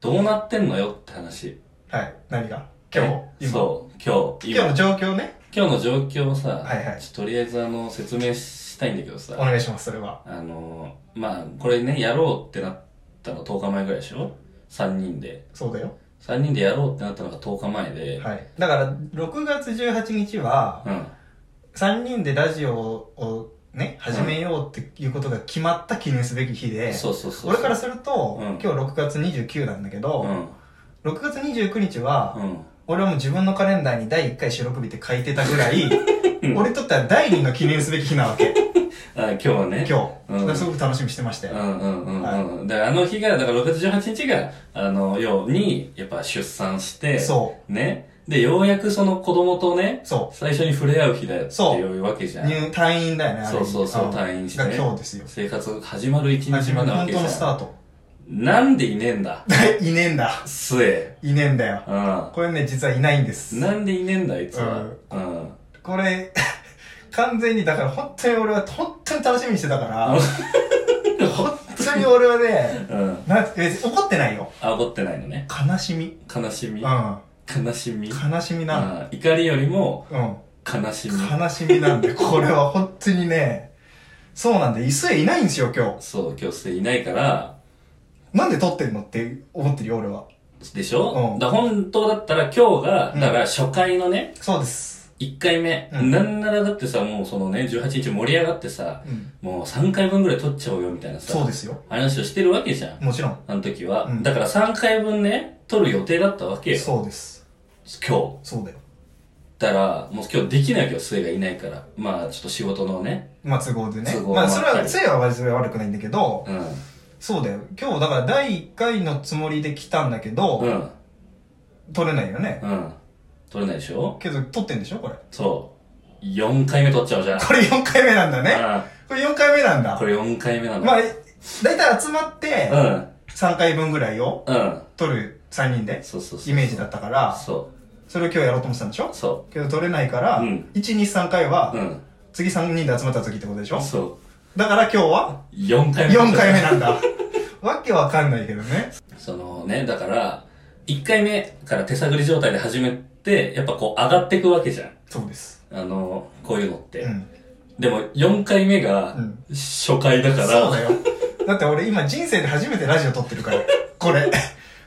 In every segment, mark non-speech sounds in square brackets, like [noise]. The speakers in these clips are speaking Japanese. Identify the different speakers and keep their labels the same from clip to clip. Speaker 1: どうなってんのよって話。
Speaker 2: はい。何が今日今
Speaker 1: そう、今日、
Speaker 2: 今日の
Speaker 1: 今。
Speaker 2: 状況ね。
Speaker 1: 今日の状況をさ、
Speaker 2: はいはい
Speaker 1: ちょとりあえずあの、説明したいんだけどさ
Speaker 2: お、願いします、それは。
Speaker 1: あの、まあ、これね、やろうってなったの10日前ぐらいでしょ ?3 人で。
Speaker 2: そうだよ。
Speaker 1: 3人でやろうってなったのが10日前で、
Speaker 2: はい。だから、6月18日は、
Speaker 1: うん。
Speaker 2: 3人でラジオをね、始めようっていうことが決まった記念すべき日で、
Speaker 1: そうそうそう。
Speaker 2: 俺からすると、
Speaker 1: うん
Speaker 2: 今日6月29なんだけ
Speaker 1: う
Speaker 2: ど、
Speaker 1: ん。
Speaker 2: 6月29日は、
Speaker 1: うん。
Speaker 2: 俺はもう自分のカレンダーに第1回収録日って書いてたぐらい、俺にとっては第2の記念すべき日なわけ、
Speaker 1: あ、今日はね。
Speaker 2: 今日。
Speaker 1: うん
Speaker 2: だからすごく楽しみにしてました
Speaker 1: う
Speaker 2: よ。
Speaker 1: んうんうんうん。だからあの日が、だから6月18日が、あの、ように、やっぱ出産して、
Speaker 2: そ
Speaker 1: ね。で、ようやくその子供とね
Speaker 2: う。、そ
Speaker 1: 最初に触れ合う日だよって
Speaker 2: そう
Speaker 1: いうわけじ
Speaker 2: う。
Speaker 1: ゃん。
Speaker 2: 入、退院だよね、あれ
Speaker 1: そうそうそう、
Speaker 2: ん
Speaker 1: 退院して
Speaker 2: が
Speaker 1: ね。
Speaker 2: 今日ですよ。
Speaker 1: 生活が始まる一
Speaker 2: 初
Speaker 1: 日
Speaker 2: め
Speaker 1: 目
Speaker 2: の
Speaker 1: なわ
Speaker 2: 本
Speaker 1: け
Speaker 2: 当
Speaker 1: じ
Speaker 2: のスタ
Speaker 1: ゃん。
Speaker 2: ート。
Speaker 1: なんでいねえんだ。
Speaker 2: [laughs] いねえんだ。
Speaker 1: すえ。
Speaker 2: いねえんだよ。
Speaker 1: うん。
Speaker 2: これね、実はいないんです。
Speaker 1: なんでいねえんだ、あいつは。うん。
Speaker 2: これ、 [laughs] 完全に、だから本当に俺は本当に楽しみにしてたから、本当に俺はね、
Speaker 1: うん。
Speaker 2: なんて別に怒ってないよ。
Speaker 1: あ、怒ってないのね。
Speaker 2: 悲しみ。
Speaker 1: 悲しみ。
Speaker 2: うん。
Speaker 1: 悲しみ。
Speaker 2: 悲しみな
Speaker 1: あ怒りよりも
Speaker 2: の。
Speaker 1: 悲し
Speaker 2: う
Speaker 1: み。
Speaker 2: ん。悲しみな
Speaker 1: [laughs]
Speaker 2: んで、これは本当にね、そうなんで、椅子へいないんですよ、今
Speaker 1: そう、今日すでにいないから、
Speaker 2: 日。なんで撮ってんのって思ってるよ、俺は。
Speaker 1: でしょ、
Speaker 2: うん
Speaker 1: だから本当だったら今日が、
Speaker 2: うん
Speaker 1: だから初回のね、
Speaker 2: そうです。
Speaker 1: 1回目、
Speaker 2: うん
Speaker 1: なんならだってさ、もうそのね、18日盛り上がってさ、
Speaker 2: うん。
Speaker 1: もう3回分ぐらい撮っちゃおうよみたいなさ、
Speaker 2: そうですよ。
Speaker 1: 話をしてるわけじゃん。
Speaker 2: もちろん。
Speaker 1: あの時は。
Speaker 2: うん
Speaker 1: だから3回分ね、撮る予定だったわけよ。
Speaker 2: そうです。
Speaker 1: 今日。
Speaker 2: そうだよ。
Speaker 1: だから、もう今日できないわけよ、末がいないから。まあ、ちょっと仕事のね。
Speaker 2: まあ、都合でね
Speaker 1: 都。合も
Speaker 2: ま
Speaker 1: あ
Speaker 2: あ、
Speaker 1: った
Speaker 2: そ
Speaker 1: り
Speaker 2: れは、杖は悪それは悪くないんだけど、
Speaker 1: うん。
Speaker 2: そうだよ。今日、だから第1回のつもりで来たんだけど、
Speaker 1: うん。
Speaker 2: 撮れないよね。
Speaker 1: うん。撮れないでしょ
Speaker 2: けど、撮ってんでしょこれ。
Speaker 1: そう。4回目撮っちゃおうじゃん。
Speaker 2: これ4回目なんだね。
Speaker 1: あ
Speaker 2: これ4回目なん
Speaker 1: あ
Speaker 2: だ
Speaker 1: こ。れ4回目なの。
Speaker 2: まあ、だいたい集まって、
Speaker 1: う
Speaker 2: 3回分ぐらい
Speaker 1: ん。
Speaker 2: を
Speaker 1: うん。
Speaker 2: 撮る3人で、
Speaker 1: そうそうそう。
Speaker 2: イメージだったから、
Speaker 1: そ
Speaker 2: それを今日やろうと思ってたんでしょ
Speaker 1: う。そ
Speaker 2: けど撮れないから、
Speaker 1: うん
Speaker 2: 1、2、3回は
Speaker 1: う。う、ん。
Speaker 2: 次3人で集まった時ってことでしょ
Speaker 1: そう。
Speaker 2: だから今日は、
Speaker 1: 4回目。
Speaker 2: 4回目な
Speaker 1: [laughs]
Speaker 2: んだ。わけわかんないけどね。
Speaker 1: そのね、だから、1回目から手探り状態で始めて、やっぱこう上がってくわけじゃん。
Speaker 2: そうです。
Speaker 1: あの、こういうのって。
Speaker 2: うん。
Speaker 1: でも、4回目が
Speaker 2: うん、
Speaker 1: 初回だ
Speaker 2: そ
Speaker 1: か
Speaker 2: う
Speaker 1: ら、
Speaker 2: だよ。だって俺今人生で初めてラジオ撮ってるから、これ。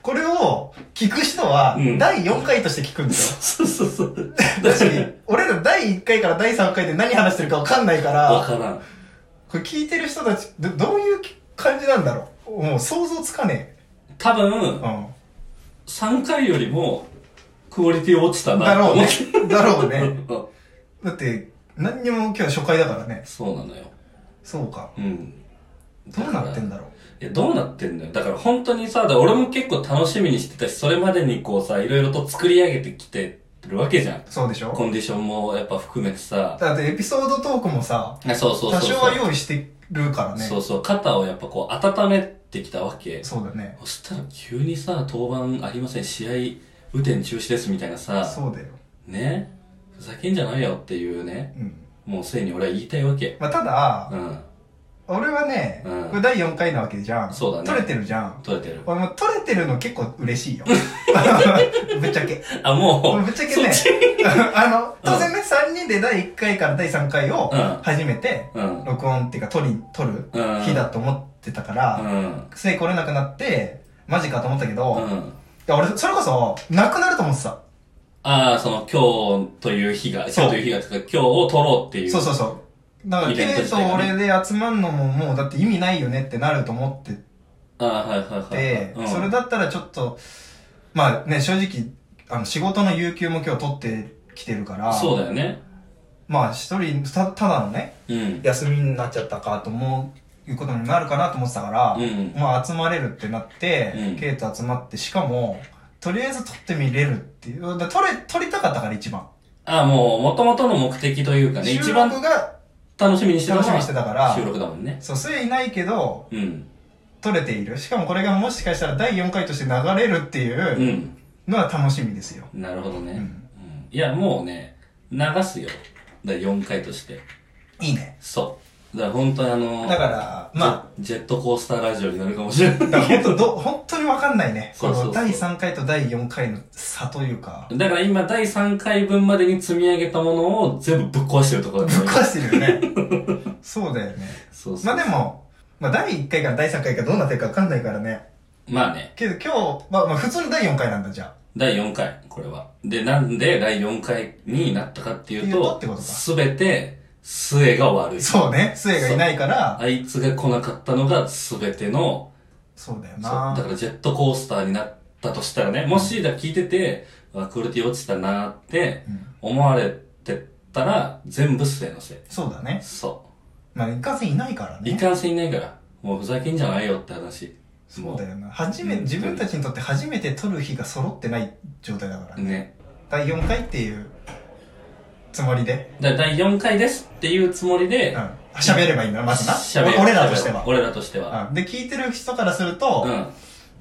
Speaker 2: これを聞く人は
Speaker 1: うん、
Speaker 2: 第4回として聞くんですよ。
Speaker 1: そうそうそう。
Speaker 2: だし、俺ら第1回から第3回で何話してるか分かんないか
Speaker 1: わ
Speaker 2: ら、
Speaker 1: からん。
Speaker 2: これ聞いてる人たち、どどういう感じなんだろうもう想像つかね
Speaker 1: 多
Speaker 2: え。
Speaker 1: 分、
Speaker 2: う
Speaker 1: 3回よりも、クオリティ落ちた
Speaker 2: ん。
Speaker 1: な。
Speaker 2: だろうね。だろう
Speaker 1: と思っ
Speaker 2: ね。
Speaker 1: て。
Speaker 2: だって、何にも今日初回だからね。
Speaker 1: [laughs] そうなのよ。
Speaker 2: そうか。
Speaker 1: うん。
Speaker 2: どうなってんだろ
Speaker 1: いや、どうなってんのよ。だから本当にさ、だから俺も結構楽しみにしてたし、それまでにこうさ、いろいろと作り上げてきてるわけじゃん。
Speaker 2: う。そうでしょ
Speaker 1: コンディションもやっぱ含めてさ。
Speaker 2: だってエピソードトークもさ、
Speaker 1: あそうそうそうそう。
Speaker 2: 多少は用意してるからね。
Speaker 1: そうそう、肩をやっぱこう温めてきたわけ。
Speaker 2: そうだね。
Speaker 1: そしたら急にさ、登板ありません、試合、雨天中止ですみたいなさ、
Speaker 2: そうだよ。
Speaker 1: ね。ふざけんじゃないよっていうね、
Speaker 2: うん。
Speaker 1: もうすでに俺は言いたいわけ。
Speaker 2: まあ、ただ、
Speaker 1: うん。
Speaker 2: 俺はね、
Speaker 1: うん
Speaker 2: これ第4回なわけじゃん。
Speaker 1: そうだね
Speaker 2: 撮れてるじゃん。
Speaker 1: 取れてる。
Speaker 2: 俺も撮れてるの結構嬉し
Speaker 1: [laughs]
Speaker 2: いよ。ぶっちゃけ。
Speaker 1: あ、もう、
Speaker 2: ぶっちゃけ
Speaker 1: そっ
Speaker 2: ね
Speaker 1: ち。、
Speaker 2: [laughs] あの、当然ね、3人で第1回から第3回を
Speaker 1: うん
Speaker 2: 初めて、
Speaker 1: うん。
Speaker 2: 録音っていうか、撮り、撮る
Speaker 1: うん
Speaker 2: 日だと思ってたか
Speaker 1: う
Speaker 2: ら、
Speaker 1: ん。
Speaker 2: せい来れなくなって、マジかと思ったけ
Speaker 1: う
Speaker 2: ど、
Speaker 1: ん。
Speaker 2: いや俺、それこそ、なくなると思ってた。
Speaker 1: ああ、その今日という日が、
Speaker 2: そう
Speaker 1: 今日という日が、今日を取ろうっていう。
Speaker 2: そうそうそう。だから、
Speaker 1: イ
Speaker 2: ケ
Speaker 1: ベント
Speaker 2: イ
Speaker 1: 自
Speaker 2: と
Speaker 1: 体がね
Speaker 2: 俺で集まんのももう、だって意味ないよねってなると思って
Speaker 1: ああ、はいはいはいはい
Speaker 2: で。、それだったらちょっと、まあね、正直、あの、仕事の有給も今日取ってきてるから、
Speaker 1: そうだよね。
Speaker 2: まあ一人た、ただのね、
Speaker 1: うん。
Speaker 2: 休みになっちゃったかと思う、いうことになるかなと思ってたから、
Speaker 1: うん。
Speaker 2: まあ集まれるってなって、
Speaker 1: うん
Speaker 2: ケイと集まって、しかも、とりあえず取ってみれるっていう、だ取れ、取りたかったから一番。
Speaker 1: ああ、もう、元々の目的というかね、
Speaker 2: 収
Speaker 1: 一
Speaker 2: 録
Speaker 1: 番
Speaker 2: が
Speaker 1: 楽しみにしてたのは
Speaker 2: 楽しみにしてたから
Speaker 1: 収、録だもんね。
Speaker 2: そう、すいないけど、
Speaker 1: うん。。
Speaker 2: 取れている。しかもこれがもしかしたら第4回として流れるっていううんのは楽しみですよ。
Speaker 1: なるほどね。
Speaker 2: う
Speaker 1: うんんいや、もうね、流すよ。だ4回として。
Speaker 2: いいね。
Speaker 1: そだから本当にあの、
Speaker 2: だから、ま
Speaker 1: ジェジェットコースターラジオになるかもしれな
Speaker 2: あ、
Speaker 1: い。
Speaker 2: だから本当ど、本当にわかんないね。
Speaker 1: そうそうそう
Speaker 2: この第3回と第4回の差というか、
Speaker 1: だから今第3回分までに積み上げたものを全部ぶっ壊してるところ
Speaker 2: ぶ
Speaker 1: だ
Speaker 2: っ
Speaker 1: と思います
Speaker 2: 壊して
Speaker 1: [laughs]
Speaker 2: るよね。そうだよね。
Speaker 1: そうそう
Speaker 2: まあでも、まあ第1回から第3回がどうなってるかわかんないからね。
Speaker 1: まあね、
Speaker 2: けど今日、まあまあ普通の第4回なんだじゃ
Speaker 1: 第4回、これは。で、なんで第4回になったかっていう
Speaker 2: っていうと
Speaker 1: と
Speaker 2: ってこと、か
Speaker 1: すべて、末が悪
Speaker 2: あ。
Speaker 1: い。
Speaker 2: そうね。末がいないから、
Speaker 1: あいつが来なかったのがすべての、
Speaker 2: そうだよ
Speaker 1: そう
Speaker 2: な
Speaker 1: だからジェットコースターになったとしたらね、もしだ聞いてて、あクオリティ落ちたなーって
Speaker 2: うん
Speaker 1: 思われてたら、全部末のせい。
Speaker 2: そうだね。
Speaker 1: そ
Speaker 2: まあ、いかんせんいないから
Speaker 1: う。い
Speaker 2: ね。
Speaker 1: かんせんいないから、もうふざけんじゃないよって話。
Speaker 2: そうだよな。初め、自分たちにとって初めて撮る日が揃ってない状態だからね。
Speaker 1: ね。
Speaker 2: 第4回っていうつもりで、
Speaker 1: だから第4回ですっていうつもり
Speaker 2: う
Speaker 1: で
Speaker 2: ん、、喋ればいいんだ、まずな。
Speaker 1: 喋る
Speaker 2: 俺らとしては。
Speaker 1: 俺らとしては。
Speaker 2: うんで、聞いてる人からすると、
Speaker 1: うん。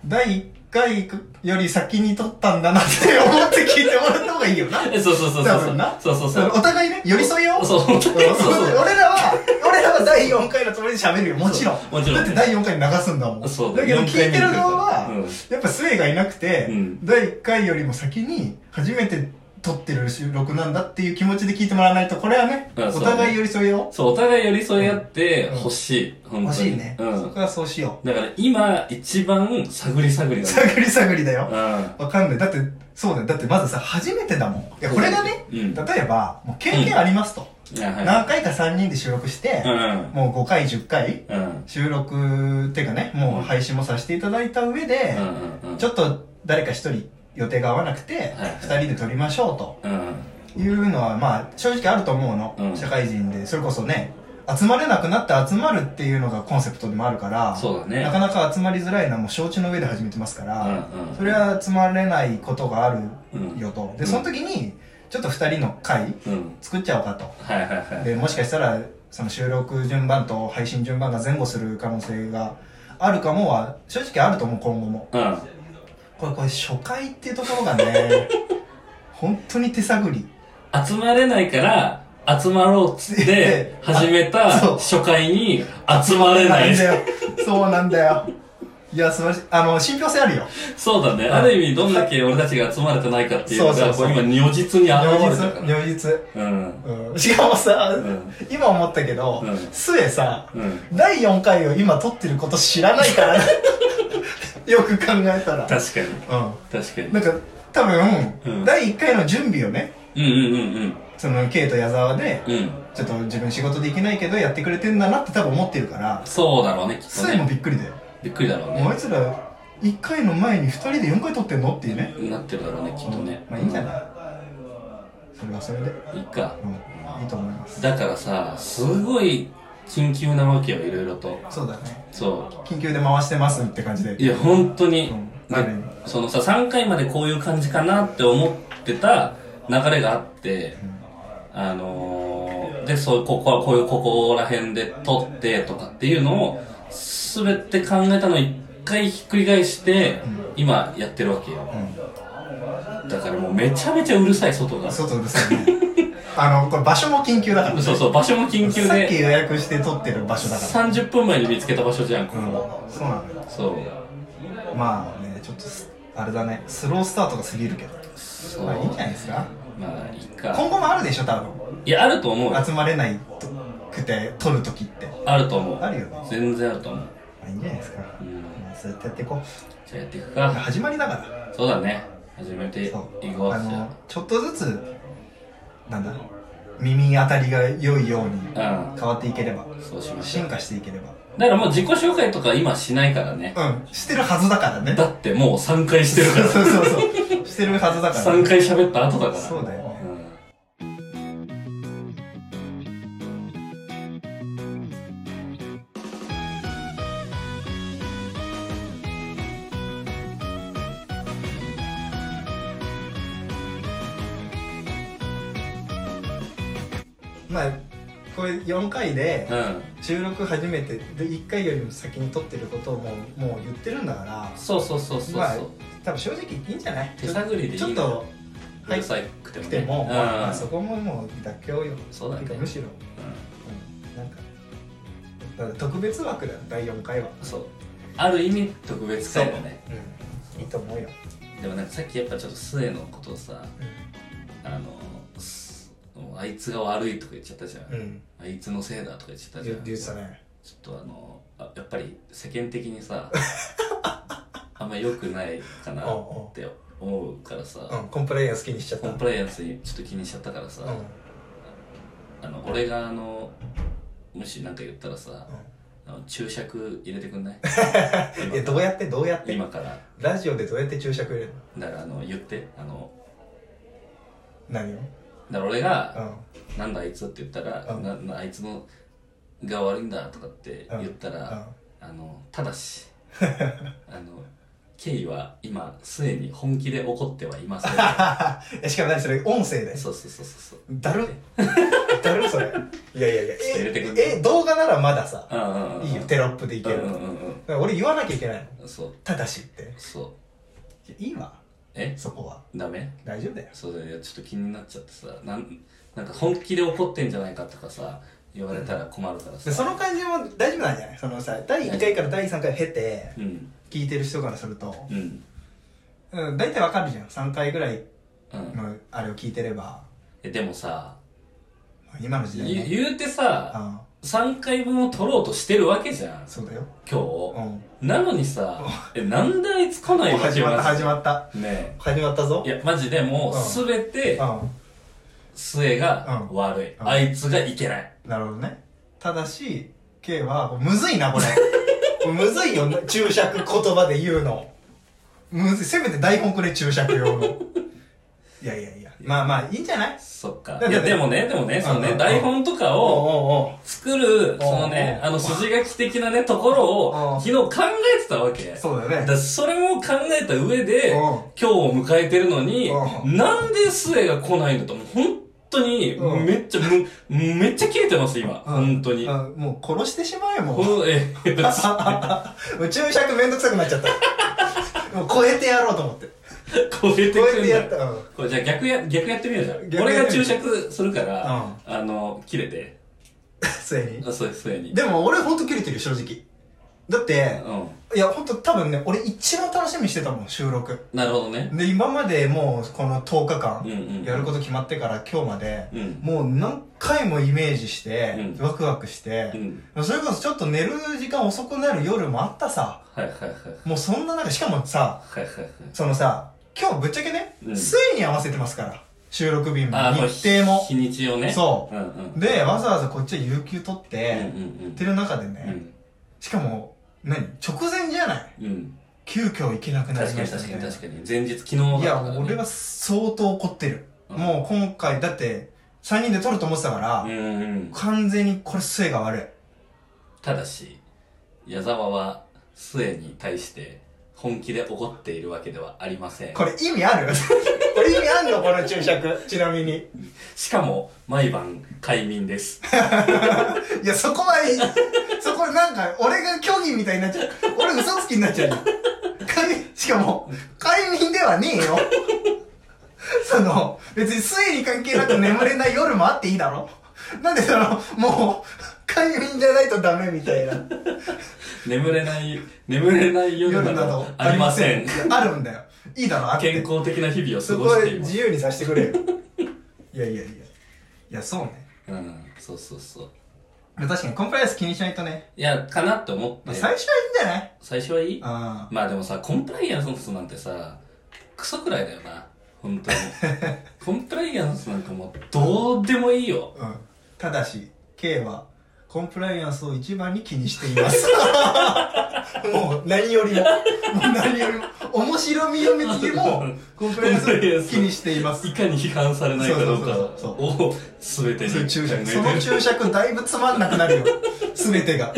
Speaker 2: 第1回より先に撮ったんだなって [laughs] 思って聞いてもらった方がいいよな。
Speaker 1: えそうそうそう
Speaker 2: 多
Speaker 1: そう
Speaker 2: 分な。
Speaker 1: そうそうそう。
Speaker 2: お互いね、寄り添いよう。
Speaker 1: そう、本当に
Speaker 2: うん
Speaker 1: そうそう。
Speaker 2: 俺らは、俺らは第4回のつもりで喋るよ、もちろん。
Speaker 1: もちろん
Speaker 2: だって第4回流すんだもん。
Speaker 1: そう
Speaker 2: だけど
Speaker 1: 四
Speaker 2: 聞
Speaker 1: 回
Speaker 2: い
Speaker 1: 目
Speaker 2: てる
Speaker 1: に来
Speaker 2: 側
Speaker 1: う
Speaker 2: は、
Speaker 1: ん
Speaker 2: やっぱスエがいなくて、
Speaker 1: うん
Speaker 2: 第1回よりも先に初めて撮ってる収録なんだっていう気持ちで聞いてもらわないと、これはね、
Speaker 1: うん
Speaker 2: お
Speaker 1: そう
Speaker 2: 互い寄り添いよ。
Speaker 1: そう、お互い寄り添い合って
Speaker 2: うん
Speaker 1: 欲しい。本当に。
Speaker 2: 欲しいね。
Speaker 1: う
Speaker 2: そ
Speaker 1: ん。
Speaker 2: こはそうしよ
Speaker 1: だから今、一番探り探り
Speaker 2: う。
Speaker 1: だ
Speaker 2: 探り探りだよ。
Speaker 1: ね。
Speaker 2: わかんない。だって、そうだよ。だってまずさ、初めてだもん。いや、これがね、
Speaker 1: うん。うん。
Speaker 2: 例えば、もう経験ありますと。
Speaker 1: は
Speaker 2: 何回か3人で収録して
Speaker 1: い。、うん。
Speaker 2: もう5回、10回、
Speaker 1: うん。
Speaker 2: 収録っていうかねもう配信もさせていただいた上で
Speaker 1: う、ん。うん。
Speaker 2: ちょっと誰か一人予定が合わなくて、
Speaker 1: はい
Speaker 2: 二人で撮りましょうと
Speaker 1: うん。
Speaker 2: いうのはまあ正直あると思うの、
Speaker 1: うん
Speaker 2: 社会人でそれこそね集まれなくなって集まるっていうのがコンセプトでもあるから
Speaker 1: そうだね。
Speaker 2: なかなか集まりづらいのはもう承知の上で始めてますか
Speaker 1: う
Speaker 2: ら、
Speaker 1: んうん。
Speaker 2: それは集まれないことがある
Speaker 1: うん。
Speaker 2: よと、
Speaker 1: う
Speaker 2: で
Speaker 1: ん
Speaker 2: その時にちょっと二人の回
Speaker 1: うん。
Speaker 2: 作っちゃおうかと
Speaker 1: はいはいはい。
Speaker 2: でもしかしたらその収録順番と配信順番が前後する可能性があるかもは正直あると思う今後も
Speaker 1: うん。
Speaker 2: これこれ初回っていうところ
Speaker 1: [laughs]
Speaker 2: がね本当に手探り
Speaker 1: 集まれないから、集まろうっつって
Speaker 2: で
Speaker 1: 始めた
Speaker 2: あそう
Speaker 1: 初回に集まれない
Speaker 2: ん。だよそうなんだよいや素晴らしいあの信憑性あるよ
Speaker 1: そうだね。ある意味、どんだけ俺たちが集まれてないかっていうの
Speaker 2: そ
Speaker 1: が、
Speaker 2: うそうそう
Speaker 1: こう今、如実に現
Speaker 2: 如
Speaker 1: れ
Speaker 2: 実
Speaker 1: たから。
Speaker 2: 如実、
Speaker 1: うん。
Speaker 2: うん、しかもさ、
Speaker 1: うん
Speaker 2: 今思ったけど、
Speaker 1: うん
Speaker 2: 末さ
Speaker 1: うん。
Speaker 2: 第4回を今撮ってること知らないか
Speaker 1: [laughs]
Speaker 2: らねよく考えたら
Speaker 1: 確かに。
Speaker 2: うん
Speaker 1: 確かに。
Speaker 2: なんか、多分、
Speaker 1: うん
Speaker 2: 第1回の準備をね、
Speaker 1: うんうんうん
Speaker 2: その、ケイと矢沢で、
Speaker 1: うん。うん。
Speaker 2: ちょっと自分仕事できないけど、やってくれてんだなって多分思ってるから、
Speaker 1: そうだろうね、きっと
Speaker 2: スエも
Speaker 1: ね。
Speaker 2: びっくりだよ。
Speaker 1: びっくりだろう
Speaker 2: もうあ
Speaker 1: ね。
Speaker 2: いつら、1回の前に2人で4回撮ってんのっていうね。
Speaker 1: なってるだろうね、きっとね。
Speaker 2: まあいいんじゃないそれはそれで。
Speaker 1: いいか。
Speaker 2: うん、いいと思います。
Speaker 1: だからさ、すごい緊急なわけよ、いろいろと。
Speaker 2: そうだね。
Speaker 1: そ
Speaker 2: 緊急で回してますって感じで。
Speaker 1: う。いや、本当に
Speaker 2: う。ん。
Speaker 1: で
Speaker 2: ある意味
Speaker 1: そのさ、3回までこういう感じかなって思ってた流れがあって、あのー、で、そう、ここはこういう、ここら辺で撮ってとかっていうのを、すべて考えたのを一回ひっくり返して、今やってるわけよ。だからもうめちゃめちゃうるさい、外が。
Speaker 2: うん。
Speaker 1: そ
Speaker 2: 外うるさいね。あの、これ場所も緊急だから。
Speaker 1: うそう、場所も緊急
Speaker 2: さっき
Speaker 1: で、
Speaker 2: 予約して撮ってる場所だから。
Speaker 1: 30分前に見つけた場所じゃん、こ
Speaker 2: う
Speaker 1: こは。
Speaker 2: ん、そうなんだよ
Speaker 1: そう。
Speaker 2: まあねちょっとすあれだねスロースタートが過ぎるけど
Speaker 1: そう
Speaker 2: まあいいんじゃないですか
Speaker 1: まあ、いいか。
Speaker 2: 今後もあるでしょ多
Speaker 1: いや、あると思うよ
Speaker 2: 分集まれないとくて撮るときって
Speaker 1: あると思
Speaker 2: あ
Speaker 1: う。
Speaker 2: るよねま
Speaker 1: 全然あると思う。
Speaker 2: あいいんじゃないですか、
Speaker 1: うん
Speaker 2: まあそうやってやっていこう
Speaker 1: じゃあやっていくか。
Speaker 2: 始まりだから
Speaker 1: そうだね。始めていこ
Speaker 2: そう
Speaker 1: う。
Speaker 2: あ
Speaker 1: じゃ
Speaker 2: のちょっとずつなんだ耳当たりが良いように
Speaker 1: あ
Speaker 2: 変わっていければ
Speaker 1: うん。そうしましょう。
Speaker 2: 進化していければ
Speaker 1: だからもう自己紹介とか今しないからね。
Speaker 2: うんしてるはずだからね
Speaker 1: だってもう3回してるか。
Speaker 2: [laughs] そうそうそうしてるはずだからら
Speaker 1: 3回喋った後だから。
Speaker 2: そうだよね
Speaker 1: うん
Speaker 2: まあこれ4回で
Speaker 1: うん。
Speaker 2: 収録初めてで1回よりも先に撮ってることをもうもう言ってるんだから
Speaker 1: そうそうそうそう
Speaker 2: まあ
Speaker 1: そう。
Speaker 2: 多分正直いいんじゃない
Speaker 1: 手探りでいい
Speaker 2: ちょちょっと
Speaker 1: う
Speaker 2: 入
Speaker 1: る
Speaker 2: っ
Speaker 1: さくてもね。
Speaker 2: ても、
Speaker 1: うん。
Speaker 2: まあ、そこももう妥協よ
Speaker 1: そうだね
Speaker 2: てかむしろ、
Speaker 1: うん
Speaker 2: うんなんかだから特別枠だよ第4回は
Speaker 1: そうある意味特別かもね
Speaker 2: うんいいと思うよ、
Speaker 1: でもなんかさっきやっぱちょっと末のことをさ
Speaker 2: う
Speaker 1: あのすもうあいつが悪いとか言っちゃったじゃん、
Speaker 2: んうん、
Speaker 1: あいつのせいだとか言っちゃったじ
Speaker 2: 言
Speaker 1: ゃ
Speaker 2: っ
Speaker 1: ん
Speaker 2: て言ってたね
Speaker 1: ちょっとあのあやっぱり世間的に
Speaker 2: [laughs]
Speaker 1: さあんま良くないかなって思うからさ、
Speaker 2: うんコンプライアンス気にしちゃった
Speaker 1: コンプライアンスにちょっと気にしちゃったからさ、
Speaker 2: うんうん
Speaker 1: あの俺があのもし何か言ったらさあの注釈入れてくんない
Speaker 2: [laughs] えどうやってどうやって
Speaker 1: 今から
Speaker 2: ラジオでどうやって注釈入れるの
Speaker 1: だからあの言ってあの
Speaker 2: 何を
Speaker 1: だから俺
Speaker 2: う
Speaker 1: が
Speaker 2: ん
Speaker 1: 「なんだあいつ」って言ったら「
Speaker 2: うん
Speaker 1: ななあいつのが悪いんだ」とかって言った
Speaker 2: うん
Speaker 1: ら「あのただ
Speaker 2: [laughs]
Speaker 1: しあのケイは今すでに本気で怒ってはいません」
Speaker 2: [laughs] えしかも何それ音声で
Speaker 1: そうそうそうそうそう
Speaker 2: だる
Speaker 1: [laughs]
Speaker 2: だるそれいやいやいや
Speaker 1: ちょっと入れてくん
Speaker 2: ええ動画ならまださ
Speaker 1: うんうんうん
Speaker 2: いいよテロップでいけ
Speaker 1: うん
Speaker 2: る
Speaker 1: う
Speaker 2: だ
Speaker 1: ん
Speaker 2: か
Speaker 1: うん
Speaker 2: ら俺言わなきゃいけないの
Speaker 1: うんそう
Speaker 2: ただしって
Speaker 1: そう
Speaker 2: いいわ
Speaker 1: え
Speaker 2: そこは
Speaker 1: ダメ
Speaker 2: 大丈夫だよ
Speaker 1: そうだよちょっと気になっちゃってさなんなんか本気で怒ってんじゃないかとかさ言われたら困るからさ
Speaker 2: でその感じも大丈夫なんじゃないそのさ第1回から第3回経て
Speaker 1: うん
Speaker 2: 聞いてる人からすると、
Speaker 1: うん
Speaker 2: うん、大体わかるじゃん3回ぐらい
Speaker 1: うん
Speaker 2: のあれを聞いてれば
Speaker 1: えでもさ
Speaker 2: 今の時代
Speaker 1: ゆ
Speaker 2: ね
Speaker 1: 言うてさ
Speaker 2: あ
Speaker 1: 3回分を取ろうとしてるわけじゃん
Speaker 2: あそうだよ、
Speaker 1: 今
Speaker 2: うん、
Speaker 1: 日、
Speaker 2: も
Speaker 1: なのにさえなんであいつ来ないうわけ
Speaker 2: 始まった
Speaker 1: マジ
Speaker 2: 始まった
Speaker 1: でね
Speaker 2: 始まったぞ
Speaker 1: えいやマジでもう
Speaker 2: う
Speaker 1: 全て末が
Speaker 2: うん
Speaker 1: 悪い
Speaker 2: うん
Speaker 1: あいつがいけない
Speaker 2: うん、なるほどねただし K はむずいなこれ
Speaker 1: [laughs]
Speaker 2: これむずいよ注釈言葉で言うのむずいせめて台本くれ注釈用
Speaker 1: [laughs]
Speaker 2: のいやいやいやまあまあいいんじゃない
Speaker 1: そっか
Speaker 2: だっ
Speaker 1: い
Speaker 2: て
Speaker 1: やでもねでもねその
Speaker 2: う
Speaker 1: ね
Speaker 2: ん
Speaker 1: 台本とか
Speaker 2: おう
Speaker 1: を
Speaker 2: おうおう
Speaker 1: 作る、その
Speaker 2: う
Speaker 1: ね
Speaker 2: ん、
Speaker 1: あの筋書き的なね、ところ
Speaker 2: う
Speaker 1: を、
Speaker 2: ん
Speaker 1: 昨日考えてたわけ。
Speaker 2: そうだよね
Speaker 1: だそれも考えた上で、
Speaker 2: うん
Speaker 1: 今日を迎えてるのに、
Speaker 2: う
Speaker 1: なんで末が来ないのと、もう本当に、
Speaker 2: うん
Speaker 1: めっちゃ、むめっちゃ切れてます、今。本当に。
Speaker 2: うんもう殺してしまえ [laughs] も
Speaker 1: こ
Speaker 2: う
Speaker 1: の、え、
Speaker 2: もう注釈めんどくさくなっちゃった [laughs] もう超えてやろうと思って
Speaker 1: 超えて
Speaker 2: 超
Speaker 1: く
Speaker 2: え
Speaker 1: ん
Speaker 2: てやっ
Speaker 1: だ。
Speaker 2: たうん
Speaker 1: これじゃあ逆や、逆やってみようじゃん。
Speaker 2: 逆やってみ
Speaker 1: 俺が注
Speaker 2: る
Speaker 1: 釈するから、あの、切れて。
Speaker 2: ついに
Speaker 1: あそうです、末に。
Speaker 2: でも俺ほんと切れてるよ正直だって
Speaker 1: うん。
Speaker 2: いやほんと多分ね俺一番楽しみにしてたもん収録
Speaker 1: なるほどね。
Speaker 2: で今までもうこの10日
Speaker 1: うん
Speaker 2: 間
Speaker 1: うん。
Speaker 2: やること決まってから今日まで
Speaker 1: うん。
Speaker 2: もう何回もイメージして
Speaker 1: うん
Speaker 2: ワクワクし
Speaker 1: う
Speaker 2: て
Speaker 1: ん。
Speaker 2: それこそちょっと寝る時間遅くなる夜もあったさ
Speaker 1: はいはいはい。
Speaker 2: もうそんな中しかもさ
Speaker 1: はいはいはい。
Speaker 2: そのさ、今日ぶっちゃけね、
Speaker 1: うん
Speaker 2: ついに合わせてますから。収録日も
Speaker 1: あー、
Speaker 2: 日程も。
Speaker 1: 日にちをね。
Speaker 2: そ
Speaker 1: うんうん。
Speaker 2: う。で、わざわざこっちは有給取っ
Speaker 1: うんう
Speaker 2: て、
Speaker 1: ん
Speaker 2: ってる中で
Speaker 1: うん。う
Speaker 2: ね、
Speaker 1: ん
Speaker 2: しかも、何直前じゃない
Speaker 1: うん。
Speaker 2: 急遽行けなくなり
Speaker 1: 確か
Speaker 2: ま
Speaker 1: に
Speaker 2: した
Speaker 1: 確
Speaker 2: み
Speaker 1: か
Speaker 2: たい
Speaker 1: に
Speaker 2: な。
Speaker 1: 確かに。前日、昨日だっ
Speaker 2: い
Speaker 1: た
Speaker 2: や
Speaker 1: から、ね。
Speaker 2: 俺は相当怒ってる。
Speaker 1: うん
Speaker 2: もう今回、だって、3人で撮ると思ってたから、
Speaker 1: うんうん。
Speaker 2: 完全にこれ末が悪い。
Speaker 1: ただし、矢沢は、末に対して、本気で怒っているわけではありません。
Speaker 2: これ意味ある [laughs] これ意味あんのこの注釈。ちなみに。
Speaker 1: しかも、毎晩、快眠です。
Speaker 2: いや、そこはいい。そこなんか、俺が虚偽みたいになっちゃう。俺嘘つきになっちゃうじゃん。快しかも、快眠ではねえよ。その、別に推理関係なく眠れない夜もあっていいだろ。なんでその、もう、快眠じゃないとダメみたいな。
Speaker 1: 眠れない、眠れない夜
Speaker 2: 夜
Speaker 1: な
Speaker 2: な
Speaker 1: ど
Speaker 2: ど
Speaker 1: ありません。
Speaker 2: いやあるんだよ。いいだろ、あって。
Speaker 1: 健康的な日々を過
Speaker 2: そ
Speaker 1: ご
Speaker 2: こ
Speaker 1: し
Speaker 2: は
Speaker 1: ていま
Speaker 2: 自
Speaker 1: す。
Speaker 2: 由にさせてくれよ。いやいやいや。いや、そうね。
Speaker 1: うん、そうそうそう。
Speaker 2: 確かにコンプライアンス気にしないとね。
Speaker 1: いや、かなって思
Speaker 2: ま
Speaker 1: っ
Speaker 2: あ、
Speaker 1: て。
Speaker 2: 最初はいいんじゃない
Speaker 1: 最初はいい
Speaker 2: あ
Speaker 1: まあでもさ、コンプライアンスなんてさ、クソくらいだよな。本
Speaker 2: [laughs]
Speaker 1: 当に。コンプライアンスなんかもう、どうでもいいよ。
Speaker 2: うん、ただし K はコンプライアンスを一番に気にしています
Speaker 1: [laughs]
Speaker 2: もう何よりももう何よりも面白みを見つけもコンプライアンスを気にしています
Speaker 1: いかに批判されないかどうか
Speaker 2: そうそう
Speaker 1: を、すべてに。
Speaker 2: そういう注釈その注釈だいぶつまんなくなるよ全てが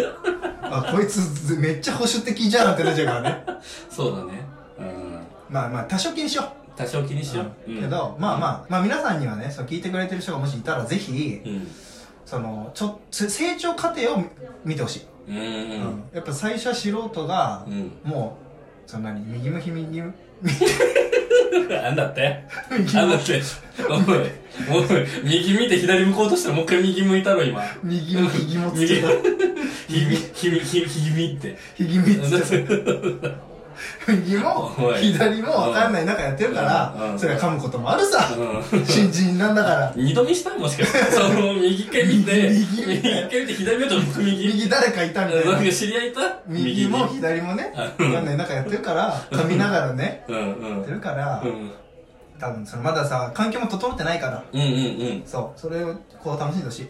Speaker 2: あこいつめっちゃ保守的じゃんってなっちゃうからね
Speaker 1: そうだね。うん。
Speaker 2: まあまあ多少気にしよ
Speaker 1: 多少気にしよう。
Speaker 2: う、
Speaker 1: うん
Speaker 2: けど、まあまあまあ皆さんにはねそう聞いてくれてる人がもしいたらぜひ
Speaker 1: うん。
Speaker 2: そのちょつ成長過程を見見てほし
Speaker 1: う
Speaker 2: い
Speaker 1: ん。うん。
Speaker 2: やっぱ最初は素人が
Speaker 1: う、ん。 [laughs]
Speaker 2: もうそんなに右向き右向
Speaker 1: あんだって
Speaker 2: 右
Speaker 1: あんだっておいおい右見て左向こうとしたらもう一回右向いたろ今
Speaker 2: 右も右もつ
Speaker 1: 右
Speaker 2: けた。
Speaker 1: ひみひみひみひみって
Speaker 2: 右もつけた。右も
Speaker 1: おい
Speaker 2: 左も分かんない中やってるか
Speaker 1: うんう
Speaker 2: ら、
Speaker 1: ん
Speaker 2: それは噛むこともあるさ。
Speaker 1: うん
Speaker 2: 新人なんだから。
Speaker 1: 二度見したもしかしてその右一回見て
Speaker 2: 右
Speaker 1: 右一回見て左目と右
Speaker 2: 右誰かいたみたい
Speaker 1: なん
Speaker 2: な
Speaker 1: か。知り合いいた
Speaker 2: 右も左もね、
Speaker 1: うん
Speaker 2: 分かんない中やってるから、噛みながらね、
Speaker 1: うんう
Speaker 2: やって
Speaker 1: ん
Speaker 2: るから
Speaker 1: う、ん
Speaker 2: 多分それまださ、環境も整ってないから。
Speaker 1: うんうんうん
Speaker 2: そう、それをこう楽しんでほしい。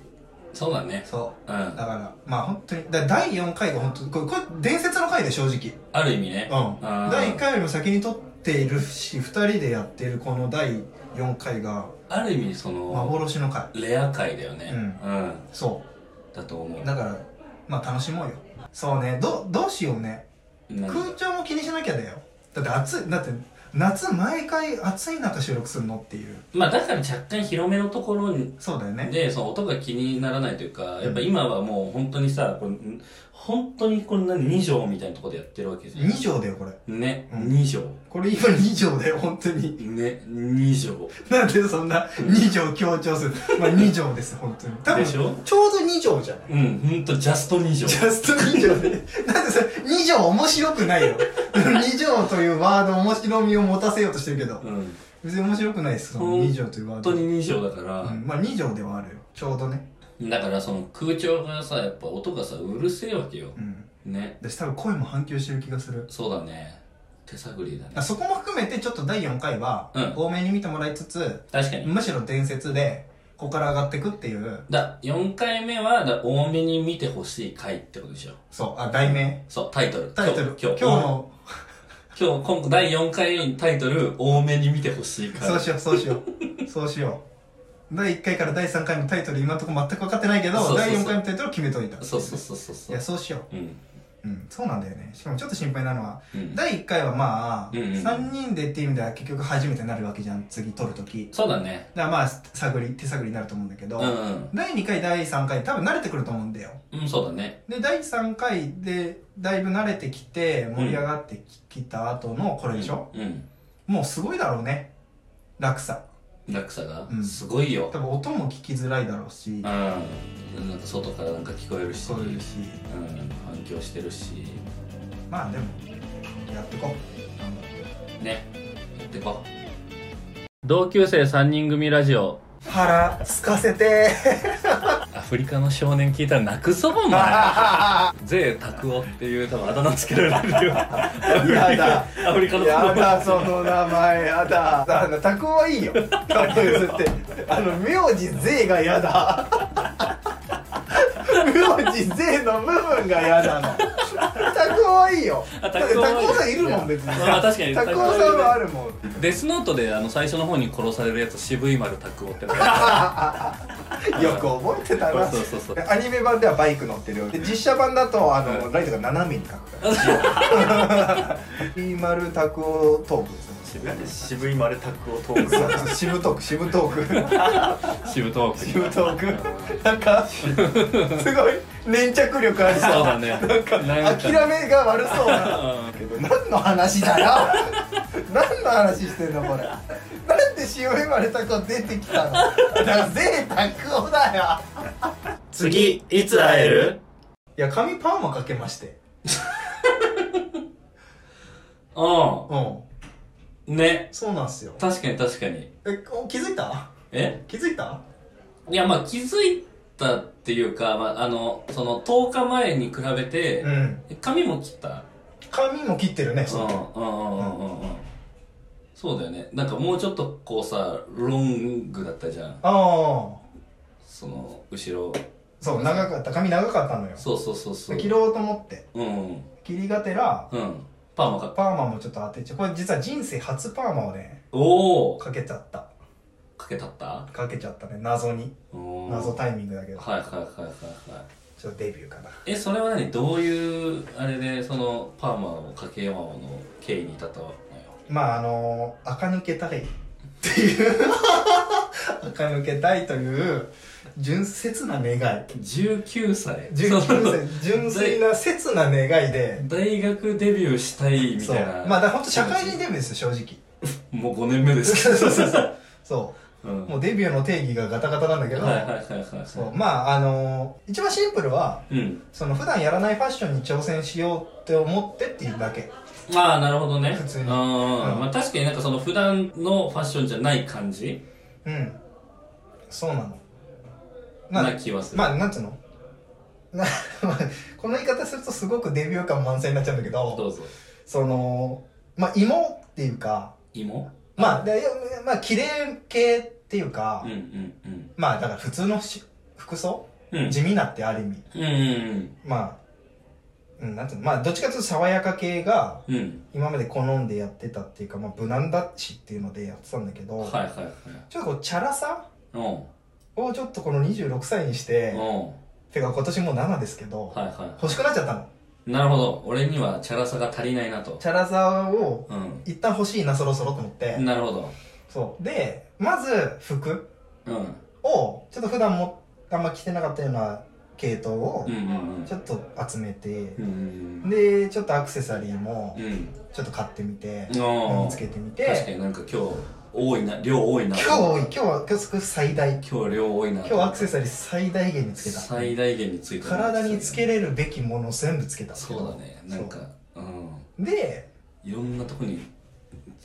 Speaker 1: そうだね
Speaker 2: そうう。
Speaker 1: ん
Speaker 2: だから、まあ本当に、だから第4回が本当にこれ、これ伝説の回で正直。
Speaker 1: ある意味ね
Speaker 2: うん。
Speaker 1: あー
Speaker 2: 第1回よりも先に撮っているし、2人でやってるこの第4回が、
Speaker 1: ある意味その
Speaker 2: 幻の回。
Speaker 1: レア回だよねうん
Speaker 2: そ
Speaker 1: だと思う
Speaker 2: う。だから、まあ楽しもうよ。そうね、ど、どうしようね。
Speaker 1: なんか
Speaker 2: 空調も気にしなきゃだよ。だって暑い、だって、夏毎回暑い中収録するのっていう。
Speaker 1: まあだから若干広めのところに
Speaker 2: そうだよね。
Speaker 1: で、その音が気にならないというか、
Speaker 2: ん
Speaker 1: やっぱ今はもう本当にさ、これん本当にこんな2畳みたいなところでやってるわけじゃ
Speaker 2: 2畳だよ、これ。
Speaker 1: ん。ね、
Speaker 2: うん
Speaker 1: 2畳。
Speaker 2: これ今2畳だよ、本当に。
Speaker 1: ね、2
Speaker 2: なんでそんな2畳強調するまあ2畳です、本当に。多
Speaker 1: 畳。
Speaker 2: 分、
Speaker 1: で
Speaker 2: ち
Speaker 1: し
Speaker 2: ょ
Speaker 1: ょ
Speaker 2: うど2畳じゃない
Speaker 1: うん、ほんとジャスト2
Speaker 2: ジ
Speaker 1: 畳。
Speaker 2: ャスト2畳で。なんでそれ、2畳面白くないよ。2畳というワード面白みを持たせようとしてるけど。
Speaker 1: うん。
Speaker 2: 別に面白くないです、その
Speaker 1: ほん
Speaker 2: 2畳というワー
Speaker 1: 本
Speaker 2: ド。
Speaker 1: 当に2畳だから、
Speaker 2: うん、まあ2畳ではあるよ。ちょうどね。
Speaker 1: だからその空調がさ、やっぱ音がさ、うるせえわけよ。
Speaker 2: うん。
Speaker 1: ね。
Speaker 2: 私多分声も反響してる気がする。
Speaker 1: そうだね。手探りだね
Speaker 2: あ。そこも含めてちょっと第4回は
Speaker 1: うん、
Speaker 2: 多めに見てもらいつつ、
Speaker 1: 確かに。
Speaker 2: むしろ伝説で、ここから上がってくっていう、
Speaker 1: だ、4回目は、だ多めに見てほしい回ってことでしょ。
Speaker 2: そう、あ、題名。
Speaker 1: そう、タイトル。
Speaker 2: タイトル。
Speaker 1: 今
Speaker 2: 今
Speaker 1: 日、
Speaker 2: 日の、
Speaker 1: 今日、今第4回タイトル、多めに見てほしいから。
Speaker 2: そうしよう、そうしよ
Speaker 1: [laughs]
Speaker 2: う。そうしよう。第1回から第3回のタイトル今のとこ全く分かってないけど、
Speaker 1: そうそうそう
Speaker 2: 第4回のタイトルを決めといた。
Speaker 1: そうそうそうそうそ
Speaker 2: いや、
Speaker 1: う。
Speaker 2: そうしよ
Speaker 1: うん。
Speaker 2: う。うん、そうなんだよね。しかもちょっと心配なのは、
Speaker 1: うん
Speaker 2: 第1回はまあ、
Speaker 1: うんうん
Speaker 2: 3人でっていう意味では結局初めてになるわけじゃん、次撮るとき。
Speaker 1: そうだね。
Speaker 2: だからまあ、探り、手探りになると思うんだけど、
Speaker 1: うんうん。
Speaker 2: 第2回、第3回、多分慣れてくると思うんだよ。
Speaker 1: うん、そうだね。
Speaker 2: で、第3回で、だいぶ慣れてきて、盛り上がってきた後のこれでしょ、
Speaker 1: うん。
Speaker 2: もうすごいだろうね。落差。
Speaker 1: 落差が
Speaker 2: う。ん
Speaker 1: すごいよ。
Speaker 2: 多分音も聞きづらいだろうし、
Speaker 1: うん。なんか外からなんか聞こえるし。
Speaker 2: そういうし、
Speaker 1: うん。反響してるし。
Speaker 2: まあでも、やってこ
Speaker 1: ね。やってこ。同級生3人組ラジオ。
Speaker 2: う。腹すかせて
Speaker 1: [laughs] アフリカの少年聞いたら泣くぞ、お
Speaker 2: ー。や
Speaker 1: 税拓夫っていう多分あだ名つけられるよ。
Speaker 2: やだ
Speaker 1: アフリカの
Speaker 2: だ、その名前、やだ。あの、タクはいいよ。タク譲って。あの、名字税がやだ。名字税の部分がやだな。タクはいいよ。だ
Speaker 1: あ
Speaker 2: って
Speaker 1: 拓
Speaker 2: タク
Speaker 1: 夫はいい
Speaker 2: オさんいるもん、別に。
Speaker 1: まあ確かに
Speaker 2: タクオさんはあるもん。
Speaker 1: デスノートであの最初の方に殺されるやつ渋い丸拓夫ってのが
Speaker 2: よく覚えてたな
Speaker 1: そうそうそう
Speaker 2: アニメ版ではバイク乗ってるよで実写版だとあの、ライトが斜めに描くから
Speaker 1: [laughs]
Speaker 2: [laughs] ピーマルタクオトークですね
Speaker 3: 渋い丸タクをトーク
Speaker 2: そうそう渋トーク渋トー
Speaker 1: 渋トー
Speaker 2: ク
Speaker 1: ク
Speaker 2: 渋トークなんかすごい粘着力あり
Speaker 1: そう
Speaker 2: そう
Speaker 1: だねなんか
Speaker 2: 諦めが悪そうなけど何の話だよ何の話してんのこれなんで渋い丸タクオ出てきたのだから贅沢だよ
Speaker 3: [laughs] 次いつ会える
Speaker 2: いや髪パーマかけまして
Speaker 1: う
Speaker 2: うん
Speaker 1: んね
Speaker 2: そうなんすよ
Speaker 1: 確かに確かに
Speaker 2: えお気づいた
Speaker 1: え
Speaker 2: 気づいた
Speaker 1: いやまあ気づいたっていうか、まあ、あのその10日前に比べて、
Speaker 2: ん
Speaker 1: 髪も切った
Speaker 2: 髪も切ってるね
Speaker 1: うんうんうんうんうんそうだよねなんかもうちょっとこうさロングだったじゃん
Speaker 2: ああ
Speaker 1: その後ろ
Speaker 2: そう長かった髪長かったのよ
Speaker 1: そうそうそうそう
Speaker 2: 切ろうと思って
Speaker 1: うん
Speaker 2: 切りがてら
Speaker 1: うんパーマか
Speaker 2: パーマもちょっと当てちゃうこれ実は人生初パーマをね
Speaker 1: おお
Speaker 2: かけちゃった
Speaker 1: かけたった
Speaker 2: かけちゃったね謎に
Speaker 1: おー
Speaker 2: 謎タイミングだけど
Speaker 1: はいはいはいはいはい
Speaker 2: ちょっとデビューかな
Speaker 1: えそれは何どういうあれでそのパーマをかけようの経緯に至ったのよ
Speaker 2: まああの垢抜けたいっていう [laughs] 垢抜けたいという純切な願い
Speaker 1: 19歳 [laughs]
Speaker 2: 純
Speaker 1: その
Speaker 2: 純粋な切な願いで
Speaker 1: 大学デビューしたいみ
Speaker 2: そ
Speaker 1: た
Speaker 2: う
Speaker 1: いな
Speaker 2: まあだから本当社会人デビューですよ正直
Speaker 1: もう5年目ですけど。
Speaker 2: そうそうそう。そ
Speaker 1: [laughs]
Speaker 2: う。
Speaker 1: うん
Speaker 2: もうデビューの定義がガタガタなんだけど、
Speaker 1: はいはいはいはいはい。
Speaker 2: そうまああのー一番シンプルは
Speaker 1: うん。
Speaker 2: その普段やらないファッションに挑戦しようって思ってっていうだけ
Speaker 1: まあ、なるほどね。
Speaker 2: 普通に
Speaker 1: うん。
Speaker 2: うん
Speaker 1: まあ確かになんかその普段のファッションじゃない感じ
Speaker 2: うんそうなのま
Speaker 1: な
Speaker 2: あ
Speaker 1: 気はする。
Speaker 2: まあなんつうのな [laughs] この言い方するとすごくデビュー感満載になっちゃうんだけ
Speaker 1: ど
Speaker 2: ど
Speaker 1: うぞ。
Speaker 2: そのまあ芋っていうか
Speaker 1: 芋
Speaker 2: まあでいやまあ綺麗系っていうか、
Speaker 1: うんうん
Speaker 2: まあだから普通のし服装、
Speaker 1: うん。うん。
Speaker 2: 地味なってある意味
Speaker 1: うんうん
Speaker 2: まあ、うん、なんていうのまあどっちかというと爽やか系が
Speaker 1: うん。うん。
Speaker 2: 今まで好んでやってたっていうか、まあ、無難だしっていうのでやってたんだけど、
Speaker 1: はいはいはい。
Speaker 2: ちょっとこうチャラさ
Speaker 1: うん。
Speaker 2: をちょっとこの26歳にして、
Speaker 1: うん。
Speaker 2: てか今年もう7ですけど、
Speaker 1: はいは
Speaker 2: 欲しくなっちゃったの
Speaker 1: い。なるほど。俺にはチャラさが足りないなと。
Speaker 2: チャラさを
Speaker 1: う
Speaker 2: 一旦欲しいなそろそろと思って、
Speaker 1: ん。なるほど。
Speaker 2: そうでまず服
Speaker 1: うん。
Speaker 2: をちょっと普段もあんま着てなかったような系統を
Speaker 1: うんうんうん
Speaker 2: ち。ょっと集めて
Speaker 1: う、ん
Speaker 2: でちょっとアクセサリーも
Speaker 1: うんうん。
Speaker 2: ちょっと買ってみて、
Speaker 1: うん。お
Speaker 2: 身につ
Speaker 1: ー
Speaker 2: けてみ
Speaker 1: 確か
Speaker 2: て
Speaker 1: になんか今日多いな、量多いな。
Speaker 2: 今日多い今日は今日最大
Speaker 1: 今日量多いな。
Speaker 2: 今日アクセサリー最大限につけた
Speaker 1: 最大限について
Speaker 2: 体につけれるべきもの全部つけた
Speaker 1: そうだね。なんか、うん。
Speaker 2: で
Speaker 1: いろんなとこに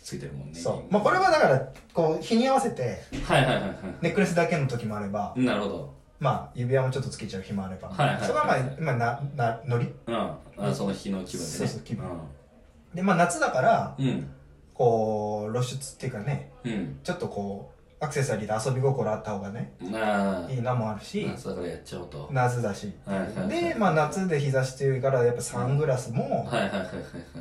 Speaker 1: ついてるもんね。
Speaker 2: そうまあこれはだからこう日に合わせて
Speaker 1: はいはいはいは
Speaker 2: ネックレスだけの時もあれば
Speaker 1: い。なるほど。
Speaker 2: まあ指輪もちょっとつけちゃう日もあれば、
Speaker 1: はいはいはい
Speaker 2: それはまあ今ななノリ
Speaker 1: うん。あその日の気分でね。
Speaker 2: そうそう気分でまあ夏だから
Speaker 1: うん。うん。
Speaker 2: こう露出っていうかね
Speaker 1: うん。
Speaker 2: ちょっとこうアクセサリーで遊び心あった方がね
Speaker 1: ああ。
Speaker 2: いいなもあるし
Speaker 1: 夏だからやっちゃおうと。はい
Speaker 2: 夏だし
Speaker 1: はいはい。
Speaker 2: でまあ夏で日差し強いからやっぱサングラスも、
Speaker 1: はいはいはいはい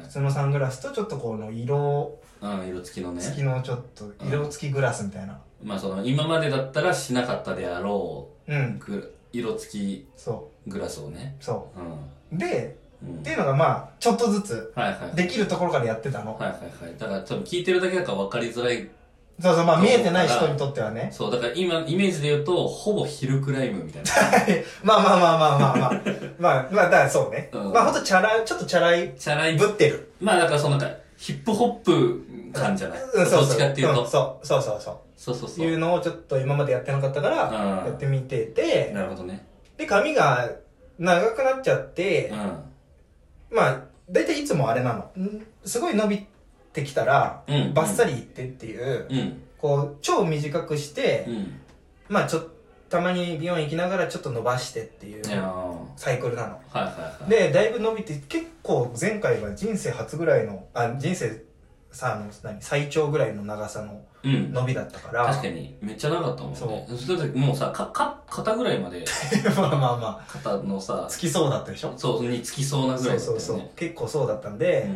Speaker 2: 普通のサングラスとちょっとこの色
Speaker 1: はい。うん、色付きのね。
Speaker 2: 付きのちょっと色付きグラスみたいな
Speaker 1: まあその、今までだったらしなかったであろ
Speaker 2: う
Speaker 1: う、
Speaker 2: ん
Speaker 1: ぐ色付き
Speaker 2: そ
Speaker 1: グラスをね。
Speaker 2: うそ
Speaker 1: うん。
Speaker 2: うで
Speaker 1: うん
Speaker 2: っ。ていうのがまあちょっとずつ
Speaker 1: はいはい。
Speaker 2: できるところからやってたの、
Speaker 1: はいはいはい。だから多分聞いてるだけだから分かりづらい。
Speaker 2: そうそうまあ見えてない人にとってはね
Speaker 1: そう、だから今、イメージで言うと、ほぼヒルクライムみたいな。
Speaker 2: [laughs] [laughs] まあまあまあまあまあまあ [laughs] まあまあだからそうね、
Speaker 1: うん
Speaker 2: まあほんとチャラいちょっとチャラい
Speaker 1: チャラい
Speaker 2: ぶってる
Speaker 1: まあだからそのなんか、ヒップホップ感じゃない、
Speaker 2: うんそう
Speaker 1: どっ
Speaker 2: そう
Speaker 1: ちかっていうと。
Speaker 2: んそうそうそうそ
Speaker 1: そうそう
Speaker 2: う
Speaker 1: そう。
Speaker 2: いうのをちょっと今までやってなかったから
Speaker 1: うん
Speaker 2: やってみてて
Speaker 1: なるほどね。
Speaker 2: で髪が長くなっちゃって、
Speaker 1: うん。
Speaker 2: まあ、大体いつもあれなの。んすごい伸びてきたら、
Speaker 1: うん
Speaker 2: バッサリいってっていう、
Speaker 1: うん。
Speaker 2: こう、超短くして、
Speaker 1: うん。
Speaker 2: まあちょっと、たまに美容院行きながらちょっと伸ばしてっていう
Speaker 1: いやーは
Speaker 2: サイクルなの。
Speaker 1: いはいはい。
Speaker 2: で、だいぶ伸びて、結構前回は人生初ぐらいの、あ、人生さ、あの、何、最長ぐらいの長さの
Speaker 1: うん。
Speaker 2: 伸びだったから。
Speaker 1: 確かに、めっちゃ長かったもんね。
Speaker 2: そ
Speaker 1: そう。それでもうさ、か、か、肩ぐらいまで、
Speaker 2: [laughs] まあまあま
Speaker 1: 肩の
Speaker 2: あ、
Speaker 1: さ、
Speaker 2: つきそうだったでしょ
Speaker 1: そう、につきそうなぐ
Speaker 2: そ
Speaker 1: らいうだった
Speaker 2: そ
Speaker 1: よ
Speaker 2: う
Speaker 1: ね。
Speaker 2: そう。結構そうだったんで、
Speaker 1: うん。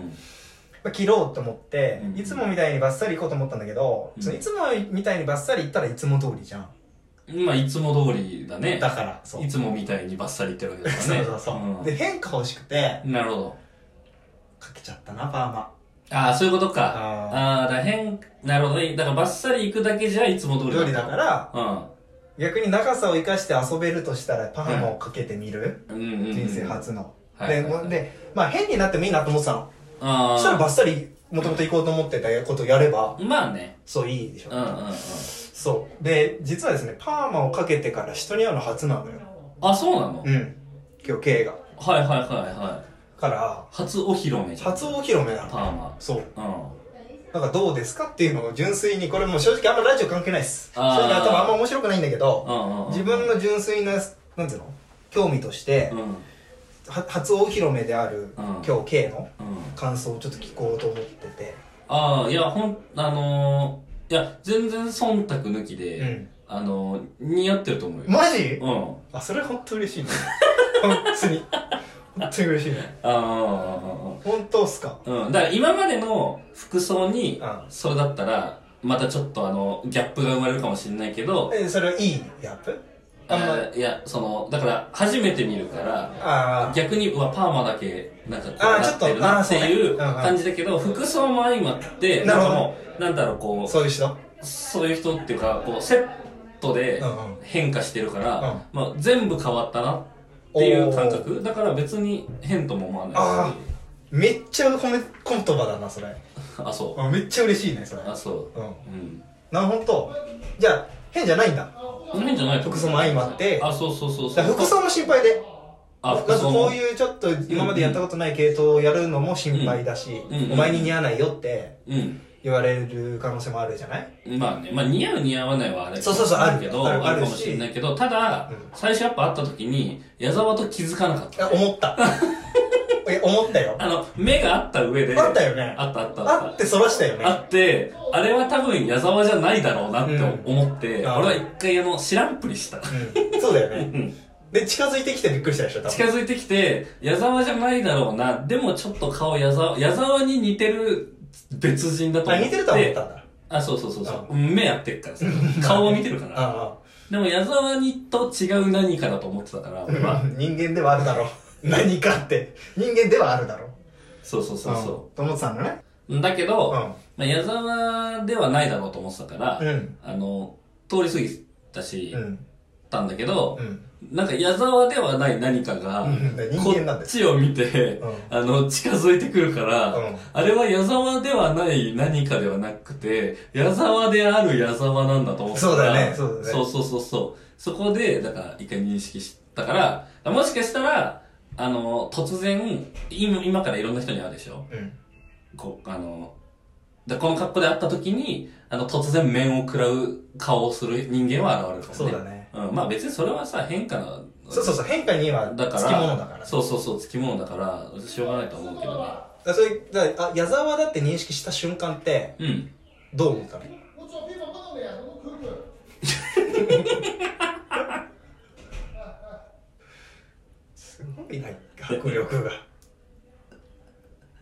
Speaker 2: まあ切ろうと思って、
Speaker 1: うん
Speaker 2: いつもみたいにバッサリ行こうと思ったんだけど、
Speaker 1: うん
Speaker 2: そのいつもみたいにバッサリ行ったらいつも通りじゃん。
Speaker 1: まあ、いつも通りだね。
Speaker 2: だから、そう。
Speaker 1: いつもみたいにバッサリいってるわけだか
Speaker 2: [laughs] そ
Speaker 1: ら
Speaker 2: う
Speaker 1: ね。
Speaker 2: そうそう、
Speaker 1: ん
Speaker 2: で、変化欲しくて、
Speaker 1: なるほど。
Speaker 2: かけちゃったな、パーマ。
Speaker 1: ああ、そういうことか。ああー、
Speaker 2: あ
Speaker 1: だから変、なるほどね。だからバッサリ行くだけじゃいつも通
Speaker 2: あ。
Speaker 1: り
Speaker 2: 料理だか。ら、
Speaker 1: う
Speaker 2: 逆に長さを生かして遊べるとしたら、パーマをかけてみる、
Speaker 1: ん。うんうんうん。
Speaker 2: 人生初の。
Speaker 1: はい
Speaker 2: で、
Speaker 1: はいはい
Speaker 2: で、まあ変になってもいいなと思ってたの。
Speaker 1: あ
Speaker 2: そ
Speaker 1: あ。
Speaker 2: したらバッサリ、もともと行こうと思ってたことをやれば、
Speaker 1: まあね。
Speaker 2: そう、いいでしょ、
Speaker 1: うんうんうん。
Speaker 2: そう。で、実はですね、パーマをかけてから人に会うの初なのよ。
Speaker 1: あ、そうなの、
Speaker 2: うん。今日、K が。
Speaker 1: はいはいはいはい。
Speaker 2: から、
Speaker 1: 初お披露目じゃん。
Speaker 2: 初お披露目な
Speaker 1: パ
Speaker 2: の
Speaker 1: ーマ。
Speaker 2: そう
Speaker 1: うん。
Speaker 2: なんかどうですかっていうのを純粋にこれもう正直あんまラジオ関係ないっす正
Speaker 1: あー
Speaker 2: 直頭あんま面白くないんだけ
Speaker 1: う
Speaker 2: ど
Speaker 1: んうんうん。
Speaker 2: 自分の純粋ななんていうの興味として
Speaker 1: うん。うん。
Speaker 2: は初お披露目である今日 K の感想をちょっと聞こうと思ってて
Speaker 1: ああ、いや、ほん、あのー、いや、全然忖度抜きで、
Speaker 2: うん
Speaker 1: あのー、似合ってると思うよ。
Speaker 2: マジ
Speaker 1: うん。
Speaker 2: あそれ本当嬉しいね本当に本当に嬉しいね
Speaker 1: ああ、
Speaker 2: 本当っすか
Speaker 1: うん。だから今までの服装に
Speaker 2: うん、
Speaker 1: それだったら、またちょっとあの、ギャップが生まれるかもしれないけど、
Speaker 2: えそれはいいやっぱあんま
Speaker 1: あーいや、その、だから、初めて見るから、
Speaker 2: あー
Speaker 1: 逆にうわパーマだけなんかこう
Speaker 2: あー
Speaker 1: なってるなって
Speaker 2: ち
Speaker 1: い
Speaker 2: ょっ
Speaker 1: う
Speaker 2: とあーそうねうんうん
Speaker 1: 感じだけど服装も相まってな
Speaker 2: なる
Speaker 1: ん
Speaker 2: ほ
Speaker 1: か
Speaker 2: ど
Speaker 1: もうなんだろうこ
Speaker 2: そういう人
Speaker 1: うそういう人っていうかこうセットで
Speaker 2: うんうん
Speaker 1: 変化してるか
Speaker 2: うん
Speaker 1: らまあ全部変わったなっていう感覚だから別に変とも思わない
Speaker 2: あめっちゃ褒め言葉だなそれ
Speaker 1: あ、そう。
Speaker 2: うんめっちゃ嬉しいねそれ
Speaker 1: あ、そうう。うん。
Speaker 2: なるほどじゃあ変じゃないんだ
Speaker 1: 変じゃないと思う
Speaker 2: 服装も相まって
Speaker 1: あ、そうそうそう
Speaker 2: だか
Speaker 1: そう。
Speaker 2: ら服装も心配で
Speaker 1: あ、
Speaker 2: ま
Speaker 1: 服
Speaker 2: ず
Speaker 1: 装も。
Speaker 2: こういうちょっと今までやったことない系統をやるのも心配だし、
Speaker 1: うんうん
Speaker 2: お前に似合わないよって
Speaker 1: うん。
Speaker 2: 言われる可能性もあるじゃない
Speaker 1: まあね、まあ似合う似合わないはあれ
Speaker 2: そうそうそうある
Speaker 1: けど、
Speaker 2: ある
Speaker 1: あるか
Speaker 2: あ
Speaker 1: も
Speaker 2: るし
Speaker 1: しれないけど、ただ、
Speaker 2: うん
Speaker 1: 最初やっぱ会った時に、矢沢と気づかなかっ
Speaker 2: いや
Speaker 1: た。
Speaker 2: 思った
Speaker 1: [laughs]
Speaker 2: いや思ったよ
Speaker 1: あの、目があった上で。
Speaker 2: あったよね
Speaker 1: あったあったあ
Speaker 2: あ
Speaker 1: っ。
Speaker 2: ったてそらしたよね
Speaker 1: あって、あれは多分矢沢じゃないだろうなって
Speaker 2: うん
Speaker 1: 思って、
Speaker 2: あー
Speaker 1: 俺は一回あの、知らんぷりした。
Speaker 2: うん、そうだよ
Speaker 1: う
Speaker 2: ね
Speaker 1: ん
Speaker 2: で近づいてきてびっくりしたでしょ多分
Speaker 1: 近づいてきて、矢沢じゃないだろうな、でもちょっと顔矢沢、矢沢に似てる別人だと思
Speaker 2: あ
Speaker 1: って。
Speaker 2: 似てるとは思ったんだ
Speaker 1: あ、そうそうそうそう。目やってっからさ、顔を見てるから。
Speaker 2: あ
Speaker 1: でも矢沢にと違う何かだと思ってたから、
Speaker 2: あ
Speaker 1: 俺は。
Speaker 2: 人間ではある
Speaker 1: [laughs]
Speaker 2: だろう何かって人間ではあるだろう
Speaker 1: そうそうそうそ
Speaker 2: うんと思ってたんだね
Speaker 1: う。だけど、
Speaker 2: う
Speaker 1: まあ、矢沢ではないだろうと思ってたから、
Speaker 2: んうん
Speaker 1: あの、通り過ぎたし、
Speaker 2: うん
Speaker 1: たんだけど
Speaker 2: う、ん
Speaker 1: なんか矢沢ではない何かが、
Speaker 2: うんだから人
Speaker 1: こ
Speaker 2: 間なん
Speaker 1: っ
Speaker 2: です
Speaker 1: ちを見て、
Speaker 2: うん
Speaker 1: あの、近づいてくるから、
Speaker 2: うん
Speaker 1: あれは矢沢ではない何かではなくて、矢沢である矢沢なんだと思ってた
Speaker 2: そう
Speaker 1: か
Speaker 2: だ
Speaker 1: ら
Speaker 2: よねそうだよね
Speaker 1: そうそうそうそう。そこで、だから一回認識したから、もしかしたら、あの、突然、今今からいろんな人に会うでしょ
Speaker 2: うん
Speaker 1: こう、あの、だこの格好で会った時に、あの、突然面を食らう顔をする人間は現れるかもね。
Speaker 2: そうだね
Speaker 1: うん、まあ別にそれはさ、変化な、
Speaker 2: そうそうそう変化には
Speaker 1: だから、
Speaker 2: つきものだから
Speaker 1: そうそうそう、つきものだから、しょうがないと思うけどね。
Speaker 2: だからそれだからあ矢沢だって認識した瞬間って
Speaker 1: うん。
Speaker 2: どう思ったのすごいな迫力が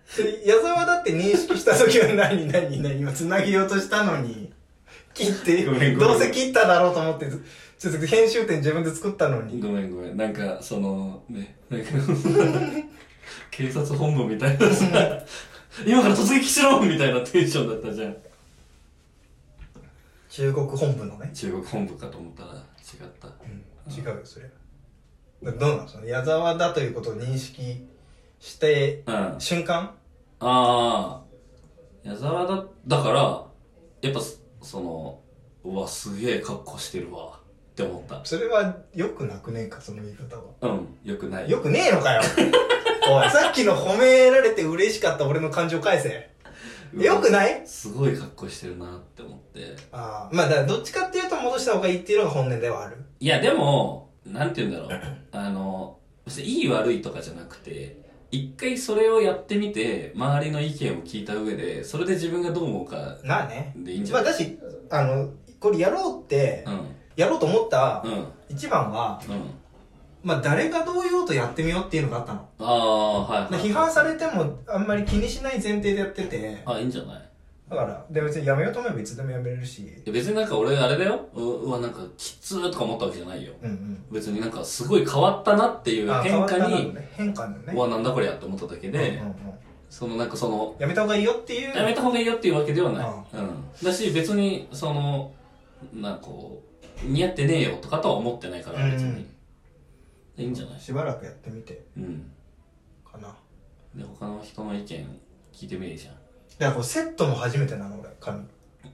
Speaker 2: それ矢沢だって認識した時は何何何今つなぎようとしたのに切って
Speaker 1: ごめんごめん
Speaker 2: どうせ切っただろうと思ってずちょっと編集点自分で作ったのに
Speaker 1: ごめんごめん。なんか、その、ね、なんか [laughs] 警察本部みたいなさ、今から突撃しろみたいなテンションだったじゃん。
Speaker 2: 中国本部のね
Speaker 1: 中国本部かと思ったら違った。
Speaker 2: 違うよそれどうなのその矢沢だということを認識して
Speaker 1: うん。あ
Speaker 2: 瞬間
Speaker 1: あー、矢沢だ、だから、やっぱそ、その、うわ、すげえ格好してるわ、って思った。
Speaker 2: それはよくなくねえかその言い方は
Speaker 1: うん、よくない。
Speaker 2: よくねえのかよ [laughs] おいさっきの褒められて嬉しかった俺の感情返せよく
Speaker 1: い
Speaker 2: ない
Speaker 1: すごい格好してるなって思って。
Speaker 2: ああまあだからどっちかっていうと戻した方がいいっていうのが本音ではある
Speaker 1: いや、でも、なんて言うんだろう。あの、別にいい悪いとかじゃなくて、一回それをやってみて、周りの意見を聞いた上で、それで自分がどう思うか
Speaker 2: まあね
Speaker 1: でいいんじ
Speaker 2: ま
Speaker 1: ゃ
Speaker 2: あ
Speaker 1: ない
Speaker 2: だしあのこれやろうって、
Speaker 1: うん、
Speaker 2: やろうと思った
Speaker 1: うん、
Speaker 2: 一番は、
Speaker 1: うん。
Speaker 2: まあ誰がどう言おうとやってみようっていうのがあったの
Speaker 1: ああ、はい、
Speaker 2: で
Speaker 1: はい。
Speaker 2: 批判されてもあんまり気にしない前提でやってて
Speaker 1: あ、いいんじゃない
Speaker 2: だからで別にやめようと思えばいつでもやめれるし
Speaker 1: いや別になんか俺、あれだよ。ううわ、なんか、きつーとか思ったわけじゃないよ。
Speaker 2: うん
Speaker 1: 別になんか、すごい変わったなっていう
Speaker 2: あ変
Speaker 1: 変
Speaker 2: わった
Speaker 1: 化
Speaker 2: なの
Speaker 1: に、
Speaker 2: ね変化だね
Speaker 1: うわ、なんだこれやって思っただけで、
Speaker 2: うんうんうん
Speaker 1: そのなんかその、
Speaker 2: やめた方がいいよっていう
Speaker 1: やめた方がいいよっていうわけではない。うん。だし、別に、その、なんかこう、似合ってねえよとかとは思ってないから、別
Speaker 2: うん
Speaker 1: に。いいんじゃない
Speaker 2: しばらくやってみて
Speaker 1: うん。
Speaker 2: かな
Speaker 1: で、他の人の意見聞いてみるじゃん。
Speaker 2: だからこうセットも初めてなの俺髪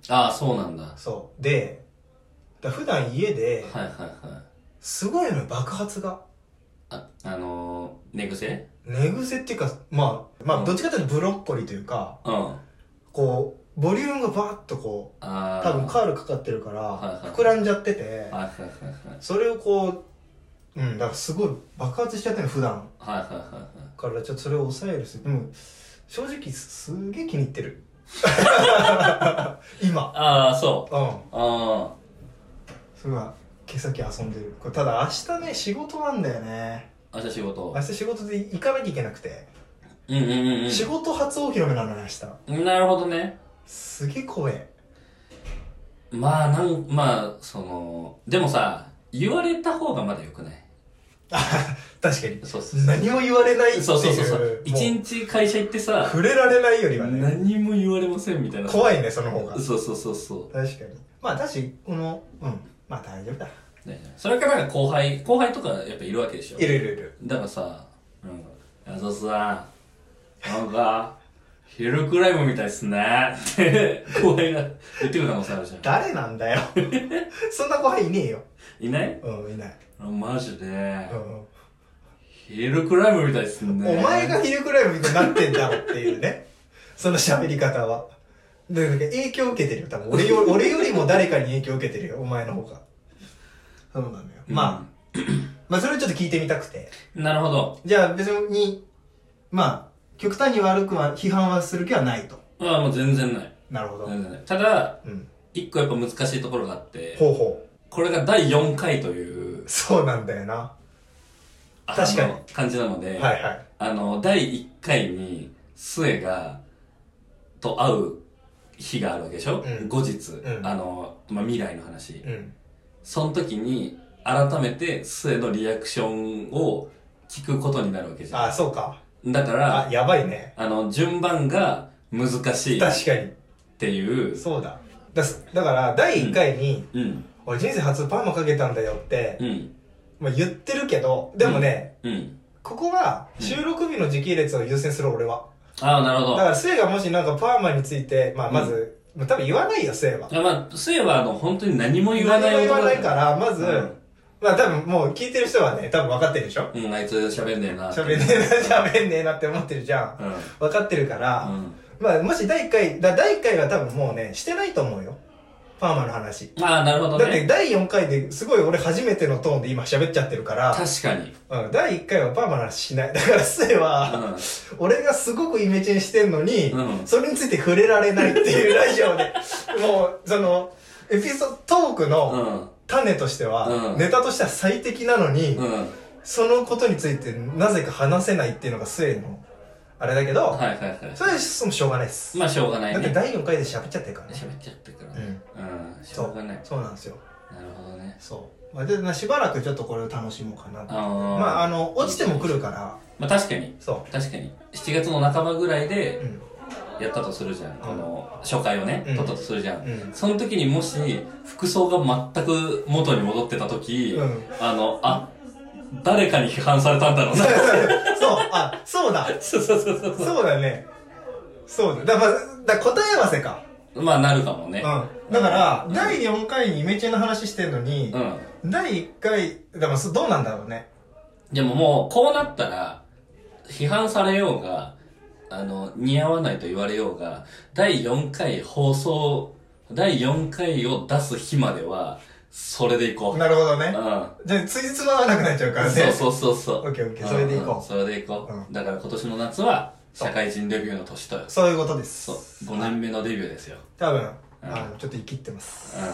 Speaker 1: ああ、そうなんだ。はい
Speaker 2: そうでだから普段家で
Speaker 1: はいはい。
Speaker 2: すごいのよ爆発が
Speaker 1: あ、あのー、寝癖
Speaker 2: 寝癖っていうかまあま
Speaker 1: うん
Speaker 2: あどっちかというとブロッコリーというか
Speaker 1: うん。あ
Speaker 2: こうボリュームがバーッとこう
Speaker 1: あー。
Speaker 2: 多分カールかかってるか
Speaker 1: はいはい
Speaker 2: ら膨らんじゃってて
Speaker 1: はいはいはいはい。
Speaker 2: それをこううんだからすごい爆発しちゃってるの普段
Speaker 1: はいはいはいはい。
Speaker 2: からちょっとそれを抑えるしでも正直すすげえ気に入っ
Speaker 1: [laughs]
Speaker 2: てる今
Speaker 1: ああ、そう。
Speaker 2: うん
Speaker 1: あ
Speaker 2: そうだ毛先遊んでるこれただ明日ね仕事なんだよね
Speaker 1: あ。明日仕事
Speaker 2: 明。日仕事で行かなきゃいけなくて、
Speaker 1: うんうんうん
Speaker 2: 仕事初お披露目なのよ明日
Speaker 1: うん。なるほどね。
Speaker 2: すげえ怖え
Speaker 1: まあ、なん、まあ、その、でもさ、言われた方がまだ良くない
Speaker 2: あ確かに
Speaker 1: そうそうそう。
Speaker 2: 何も言われないっていう
Speaker 1: そうそうそうそう。一
Speaker 2: もう
Speaker 1: 日会社行ってさ、
Speaker 2: 触れられないよりはね
Speaker 1: 何も言われませんみたいな。
Speaker 2: 怖いねその方が
Speaker 1: そうそうそうそ
Speaker 2: 確かにまあだしこのうんまあ大丈夫だ
Speaker 1: う。ねそれからなんか後輩、後輩とかやっぱいるわけでしょ。
Speaker 2: いるいるいる
Speaker 1: だからさ、なんか、やぞさん、なんか、ヒルクライムみたいですね。って、声が言ってくる可能性あるじゃ
Speaker 2: 誰なんだよ [laughs] そんな後輩いねえよ
Speaker 1: ん。いない
Speaker 2: うんいない、
Speaker 1: マジで
Speaker 2: う。ん
Speaker 1: ヒルクライムみたいですね。
Speaker 2: お前がヒルクライムになってんだろっていうね。 [laughs] その喋り方は。だから影響受けてるよ、多分。俺
Speaker 1: [laughs]
Speaker 2: よ俺よりも誰かに影響受けてるよ、お前の方が。そうなのよ。
Speaker 1: うん
Speaker 2: まあ、まあそれちょっと聞いてみたくて。
Speaker 1: なるほど。
Speaker 2: じゃあ別に、まあ、極端に悪くは、批判はする気はないと。
Speaker 1: まあ、もう全然ない。
Speaker 2: なるほど。
Speaker 1: 全然ない。ただ、
Speaker 2: うん。
Speaker 1: 一個やっぱ難しいところがあって、
Speaker 2: 方法。
Speaker 1: これが第4回という、
Speaker 2: そうなんだよな。
Speaker 1: あ
Speaker 2: 確かに
Speaker 1: の感じなので、
Speaker 2: はいはい。
Speaker 1: あの、第1回に、末が、と会う日があるわけでしょ、
Speaker 2: うん
Speaker 1: 後日、
Speaker 2: うん
Speaker 1: あの、まあ、未来の話。
Speaker 2: うん。
Speaker 1: その時に、改めて、末のリアクションを聞くことになるわけじ
Speaker 2: あ
Speaker 1: ゃ
Speaker 2: あ、そうか。
Speaker 1: ん。だか
Speaker 2: あ
Speaker 1: ら、、
Speaker 2: やばいね。
Speaker 1: あの、順番が難しいっ
Speaker 2: 確かに。
Speaker 1: ていう、
Speaker 2: そうだ。だすだから、第1回に、
Speaker 1: うん、
Speaker 2: 俺人生初パーマかけたんだよって、
Speaker 1: うん、
Speaker 2: まあ、言ってるけど、でもね、
Speaker 1: うん。
Speaker 2: ここは収録日の時系列を優先する俺は。
Speaker 1: ああ、なるほ
Speaker 2: だ
Speaker 1: ど。
Speaker 2: から、スエがもしなんかパーマについて、まあ、
Speaker 1: うん
Speaker 2: まず、まあ多分言わないよ、スエは。
Speaker 1: あまあ、末は、あの、本当に何も言わない
Speaker 2: 何も言
Speaker 1: 男
Speaker 2: わ
Speaker 1: だ
Speaker 2: な
Speaker 1: っ
Speaker 2: い
Speaker 1: た
Speaker 2: から、まず、
Speaker 1: うん
Speaker 2: まあ多分もう聞いてる人はね、多分分かってるでしょ
Speaker 1: うん、あいつ喋んねえな。
Speaker 2: 喋んねえな、喋んねえなって思ってるじゃん。
Speaker 1: うん。
Speaker 2: 分かってるから、
Speaker 1: うん。
Speaker 2: まあもし第1回、だ第1回は多分もうね、してないと思うよ。パーマの話。
Speaker 1: ああ、なるほ
Speaker 2: だ
Speaker 1: ど
Speaker 2: って
Speaker 1: ね。
Speaker 2: 第4回ですごい俺初めてのトーンで今喋っちゃってるから、
Speaker 1: 確かに。
Speaker 2: うん、第1回はパーマの話しない。だからスエは、俺がすごくイメチェンしてんのに、
Speaker 1: うん
Speaker 2: それについて触れられないっていうラジオ
Speaker 1: [laughs]
Speaker 2: で、もう、その、エピソード、トーク
Speaker 1: うん。
Speaker 2: の
Speaker 1: うん。
Speaker 2: 種としては、
Speaker 1: うん
Speaker 2: ネタとしては最適なのに、
Speaker 1: うん。
Speaker 2: そのことについてなぜか話せないっていうのが末の、あれだけど、
Speaker 1: はいはいは
Speaker 2: それはそもしょうがないです。
Speaker 1: い。まあ、しょうがない
Speaker 2: だって
Speaker 1: ね。
Speaker 2: 第4回で喋っちゃってるからね。
Speaker 1: 喋っちゃってるから
Speaker 2: う
Speaker 1: ね。
Speaker 2: ん。
Speaker 1: うん。し
Speaker 2: そ
Speaker 1: ょうが
Speaker 2: う
Speaker 1: ない。。
Speaker 2: そうなんですよ。
Speaker 1: なるほどね。
Speaker 2: そう。まあ、で、まあしばらくちょっとこれを楽しもうかなと。
Speaker 1: あー
Speaker 2: まあ、あの、落ちても来るから、
Speaker 1: まあ確かに
Speaker 2: そ。
Speaker 1: 確かに7月の半ばぐらいう
Speaker 2: う
Speaker 1: で
Speaker 2: ん。
Speaker 1: やったとするじゃん、この初回をね、
Speaker 2: うん
Speaker 1: 撮ったとするじゃん、
Speaker 2: うん
Speaker 1: その時にもし服装が全く元に戻ってた時、
Speaker 2: うん
Speaker 1: あのあ誰かに批判されたんだろうな
Speaker 2: [laughs] そう、あ、そうだ。
Speaker 1: そうそうそうそう
Speaker 2: そうだね。そうだ。だから、だから答え合わせか。
Speaker 1: まあなるかも
Speaker 2: う
Speaker 1: ね
Speaker 2: ん。だから、
Speaker 1: うん
Speaker 2: 第4回にイメチェンの話してんのに、
Speaker 1: うん
Speaker 2: 第1回、だからそどうなんだろうね。
Speaker 1: でももうこうなったら批判されようがあの似合わないと言われようが第4回放送第4回を出す日まではそれでいこう
Speaker 2: なるほどね。
Speaker 1: うん
Speaker 2: じゃあ、ついつまはなくなっちゃうからね。
Speaker 1: そうそうそうそう。
Speaker 2: オッケーオッケーそれでいこうん
Speaker 1: んそれでいこ
Speaker 2: う
Speaker 1: う。だから今年の夏は、社会人デビューの年とよ。
Speaker 2: そういうことで
Speaker 1: そう。
Speaker 2: す。
Speaker 1: 5年目のデビューですよ。
Speaker 2: 多分、
Speaker 1: うん
Speaker 2: あの、ちょっと生きってます。
Speaker 1: うん
Speaker 2: は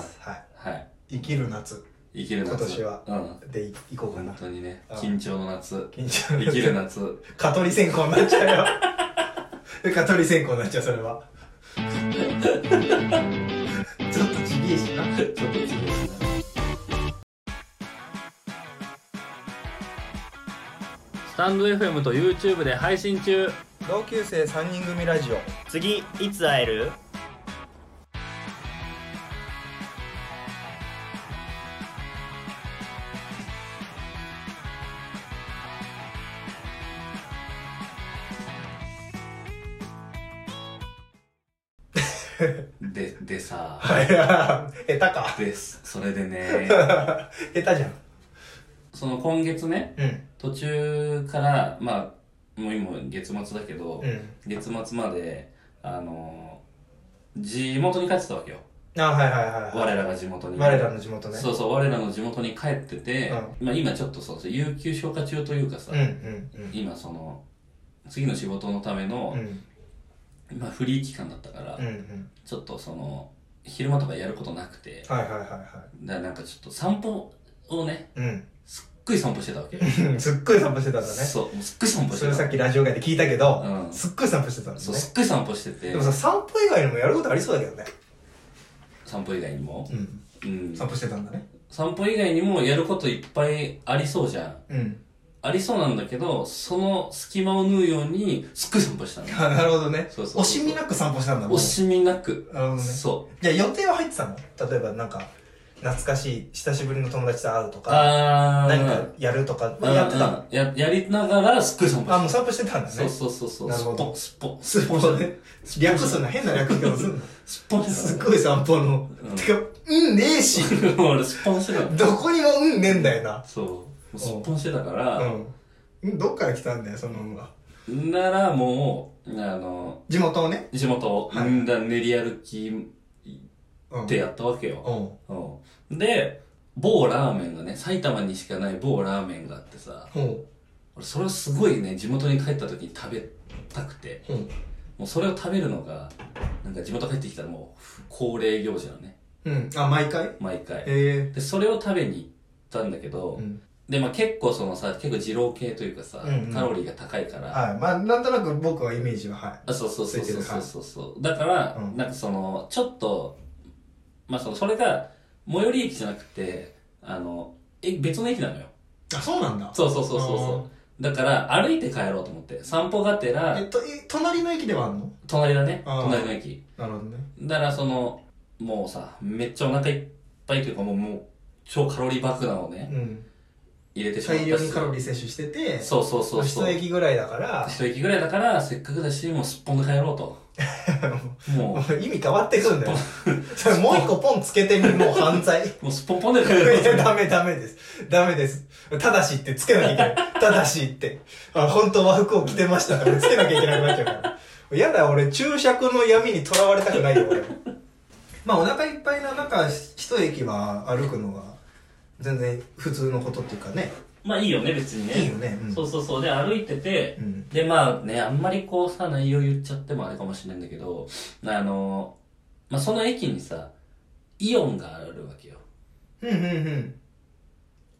Speaker 1: はい。
Speaker 2: い。生きる夏
Speaker 1: 生きる夏。
Speaker 2: 今年は
Speaker 1: うん。
Speaker 2: でいいこうかな
Speaker 1: 本。当にね、
Speaker 2: うん
Speaker 1: 緊張の
Speaker 2: [laughs]
Speaker 1: 夏。
Speaker 2: 緊張
Speaker 1: 生きる夏。
Speaker 2: 蚊取り線香になっちゃうよ。蚊 [laughs] 取り線香になっちゃう、それ
Speaker 1: [laughs]
Speaker 2: は。ちょっとちぎえしな。
Speaker 1: ちょっと生きる夏だスタンド FM と YouTube で配信中
Speaker 2: 同級生3人組ラジオ
Speaker 3: 次いつ会える
Speaker 1: で、で
Speaker 2: [laughs]
Speaker 1: さ、
Speaker 2: はいや
Speaker 1: [laughs]
Speaker 2: 下手か
Speaker 1: です。それでね、
Speaker 2: 下手じゃん
Speaker 1: その今月ね、
Speaker 2: うん
Speaker 1: 途中からまあもう今月末だけど、
Speaker 2: うん
Speaker 1: 月末まであの地元に帰ってたわけよ
Speaker 2: あはいはいはいはい
Speaker 1: 我らが地元に
Speaker 2: 我らの地元ね
Speaker 1: そうそう我らの地元に帰ってて、まあ、今ちょっとそうそう有給消化中というかさ、
Speaker 2: うんうんうん
Speaker 1: 今その次の仕事のため
Speaker 2: う
Speaker 1: の、
Speaker 2: ん
Speaker 1: まあ、フリー期間だったから、
Speaker 2: うんうん
Speaker 1: ちょっとその昼間とかやることなくて
Speaker 2: はいはいはいは
Speaker 1: だからなんかちょっと散歩をね
Speaker 2: いうん
Speaker 1: すっごい散歩してたわけよ、
Speaker 2: うん [laughs] すっごい散歩してたんだね
Speaker 1: そうもうすっごい散歩し
Speaker 2: そ
Speaker 1: て
Speaker 2: れ
Speaker 1: た
Speaker 2: さっきラジオ外で聞いたけど
Speaker 1: うん
Speaker 2: すっごい散歩してたんだね
Speaker 1: そうすっごい散歩してて
Speaker 2: でもさ散歩以外にもやることありそうだけどね
Speaker 1: 散歩以外にも、
Speaker 2: うん
Speaker 1: うん、
Speaker 2: 散歩してたんだね
Speaker 1: 散歩以外にもやることいっぱいありそうじゃん
Speaker 2: うん [laughs]
Speaker 1: ありそうなんだけどその隙間を縫うようにすっごい散歩したの
Speaker 2: あなるほどね
Speaker 1: そうそうそう
Speaker 2: 惜しみなく散歩したんだもん
Speaker 1: 惜しみなく
Speaker 2: なるほどね
Speaker 1: そ
Speaker 2: じゃあ予定は入ってたの例えばなんか懐かしい久しぶりの友達と会うとか
Speaker 1: あー。
Speaker 2: 何かやるとか
Speaker 1: うん
Speaker 2: やってたの
Speaker 1: うんや、やりながら、すっごい散歩
Speaker 2: あ
Speaker 1: し
Speaker 2: もう散歩してたんだ
Speaker 1: てそ
Speaker 2: ね
Speaker 1: うそうそうそう。
Speaker 2: なる
Speaker 1: す
Speaker 2: ほ
Speaker 1: っぽ
Speaker 2: ど
Speaker 1: ん、すっぽん。
Speaker 2: すっぽんね略すな変な略し方すんな
Speaker 1: すっぽん
Speaker 2: す
Speaker 1: す
Speaker 2: っごい散歩の
Speaker 1: うん
Speaker 2: てかうんねえし
Speaker 1: っごい。 [laughs] 俺、すっぽんしてた。
Speaker 2: どこにも運ねえんだよな。
Speaker 1: そう。もうすっぽんしてたから、
Speaker 2: うん。どっから来たんだよ、その運は。
Speaker 1: ならもう、あの、
Speaker 2: 地元をね。
Speaker 1: 地元を、
Speaker 2: はい
Speaker 1: んだ練り歩き
Speaker 2: うん。
Speaker 1: ってやったわけよ。
Speaker 2: うん。
Speaker 1: うんで、某ラーメンがね、埼玉にしかない某ラーメンがあってさ、
Speaker 2: うん。
Speaker 1: 俺それをすごいね、地元に帰った時に食べたくて、
Speaker 2: うん。
Speaker 1: もうそれを食べるのが、なんか地元帰ってきたらもう恒例行事なのね、
Speaker 2: うん。あ、毎回
Speaker 1: 毎回。
Speaker 2: え
Speaker 1: で、それを食べに行ったんだけ
Speaker 2: え
Speaker 1: ど、
Speaker 2: うん。
Speaker 1: で、まあ結構そのさ、結構二郎系というかさ、
Speaker 2: うんうん
Speaker 1: カロリーが高いから、
Speaker 2: はい。まあ、なんとなく僕はイメージは、はい。
Speaker 1: あそうそうそうそう
Speaker 2: ついてる
Speaker 1: そ
Speaker 2: は
Speaker 1: う
Speaker 2: い
Speaker 1: そうそうだから、
Speaker 2: うん
Speaker 1: なんかそのちょっとまあそのそれが最寄り駅じゃなくてあのえ別の駅なのよ
Speaker 2: あ、そうなんだ。
Speaker 1: そうそうそうそうそうだから歩いて帰ろうと思って散歩がて
Speaker 2: あーえ
Speaker 1: ら
Speaker 2: っと、え、隣の駅ではあんの
Speaker 1: 隣だね
Speaker 2: あー
Speaker 1: 隣の駅
Speaker 2: なるほどね。
Speaker 1: だからそのもうさめっちゃお腹いっぱいというかもうもう超カロリー爆弾をね
Speaker 2: うん。
Speaker 1: 入れてしまった
Speaker 2: 大
Speaker 1: し
Speaker 2: 量にカロリー摂取してて、
Speaker 1: そうそうそうそう
Speaker 2: 一駅ぐらいだから、
Speaker 1: [laughs] 一駅ぐらいだからせっかくだしもうすっぽんで帰ろう
Speaker 2: [laughs]
Speaker 1: とも
Speaker 2: もう [laughs] 意味変わってくんだよ。 [laughs] それもう一個ポンつけてみ、もう犯 [laughs] 罪。
Speaker 1: うもうすっぽんぽんで帰
Speaker 2: い
Speaker 1: ろうと
Speaker 2: や、ダメダメです。ダメです。ただしってつけなきゃいけない。ただしって。あ、本当は服を着てましたからつけなきゃいけなくなっちゃうから。やだ、俺、注釈の闇にとらわれたくないよ、俺。 [laughs] まあ、お腹いっぱいな中、一駅は歩くのは、全然普通のことっていうかね。
Speaker 1: まあいいよね、別にね。
Speaker 2: いいよねうん
Speaker 1: そうそうそう。で、歩いてて、
Speaker 2: うん
Speaker 1: で、まあね、あんまりこうさ、内容言っちゃってもあれかもしれないんだけど、あの、まあその駅にさ、イオンがあるわけよ。
Speaker 2: うんうんうん。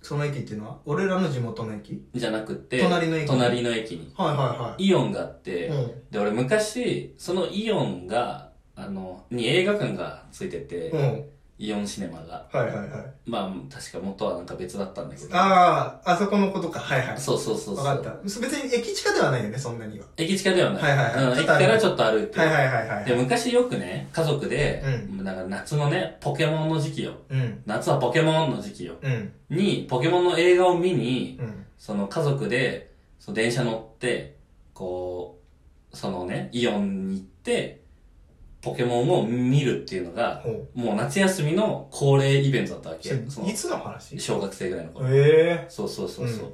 Speaker 2: その駅っていうのは俺らの地元の駅
Speaker 1: じゃなくて、
Speaker 2: 隣の駅
Speaker 1: 隣の駅に。
Speaker 2: はいは
Speaker 1: イオンがあって、
Speaker 2: うん
Speaker 1: で、俺昔、そのイオンが、あの、に映画館がついてて、
Speaker 2: いはい。うん。
Speaker 1: イオンシネマが。
Speaker 2: はいはいはい。
Speaker 1: まあ、確か元はなんか別だったんだけど。
Speaker 2: ああ、あそこのことか。はいはい。
Speaker 1: そうそうそうそう。
Speaker 2: わかった。別に駅近ではないよね、そんなには。
Speaker 1: 駅近ではない。
Speaker 2: はいはいはい
Speaker 1: うん、駅からちょっと歩いて。
Speaker 2: はいはいはいはい。
Speaker 1: で、昔よくね、家族で、なんか夏のね、ポケモンの時期よ。
Speaker 2: うん。
Speaker 1: 夏はポケモンの時期よ。
Speaker 2: うん。
Speaker 1: に、ポケモンの映画を見に、
Speaker 2: うん。
Speaker 1: その家族で、その電車乗って、こう、そのね、イオンに行って、ポケモンを見るっていうのが、
Speaker 2: ほ
Speaker 1: もう夏休みの恒例イベントだったわけ。
Speaker 2: う。
Speaker 1: その
Speaker 2: いつの話
Speaker 1: 小学生ぐらいの頃。
Speaker 2: え
Speaker 1: そうそうそうそ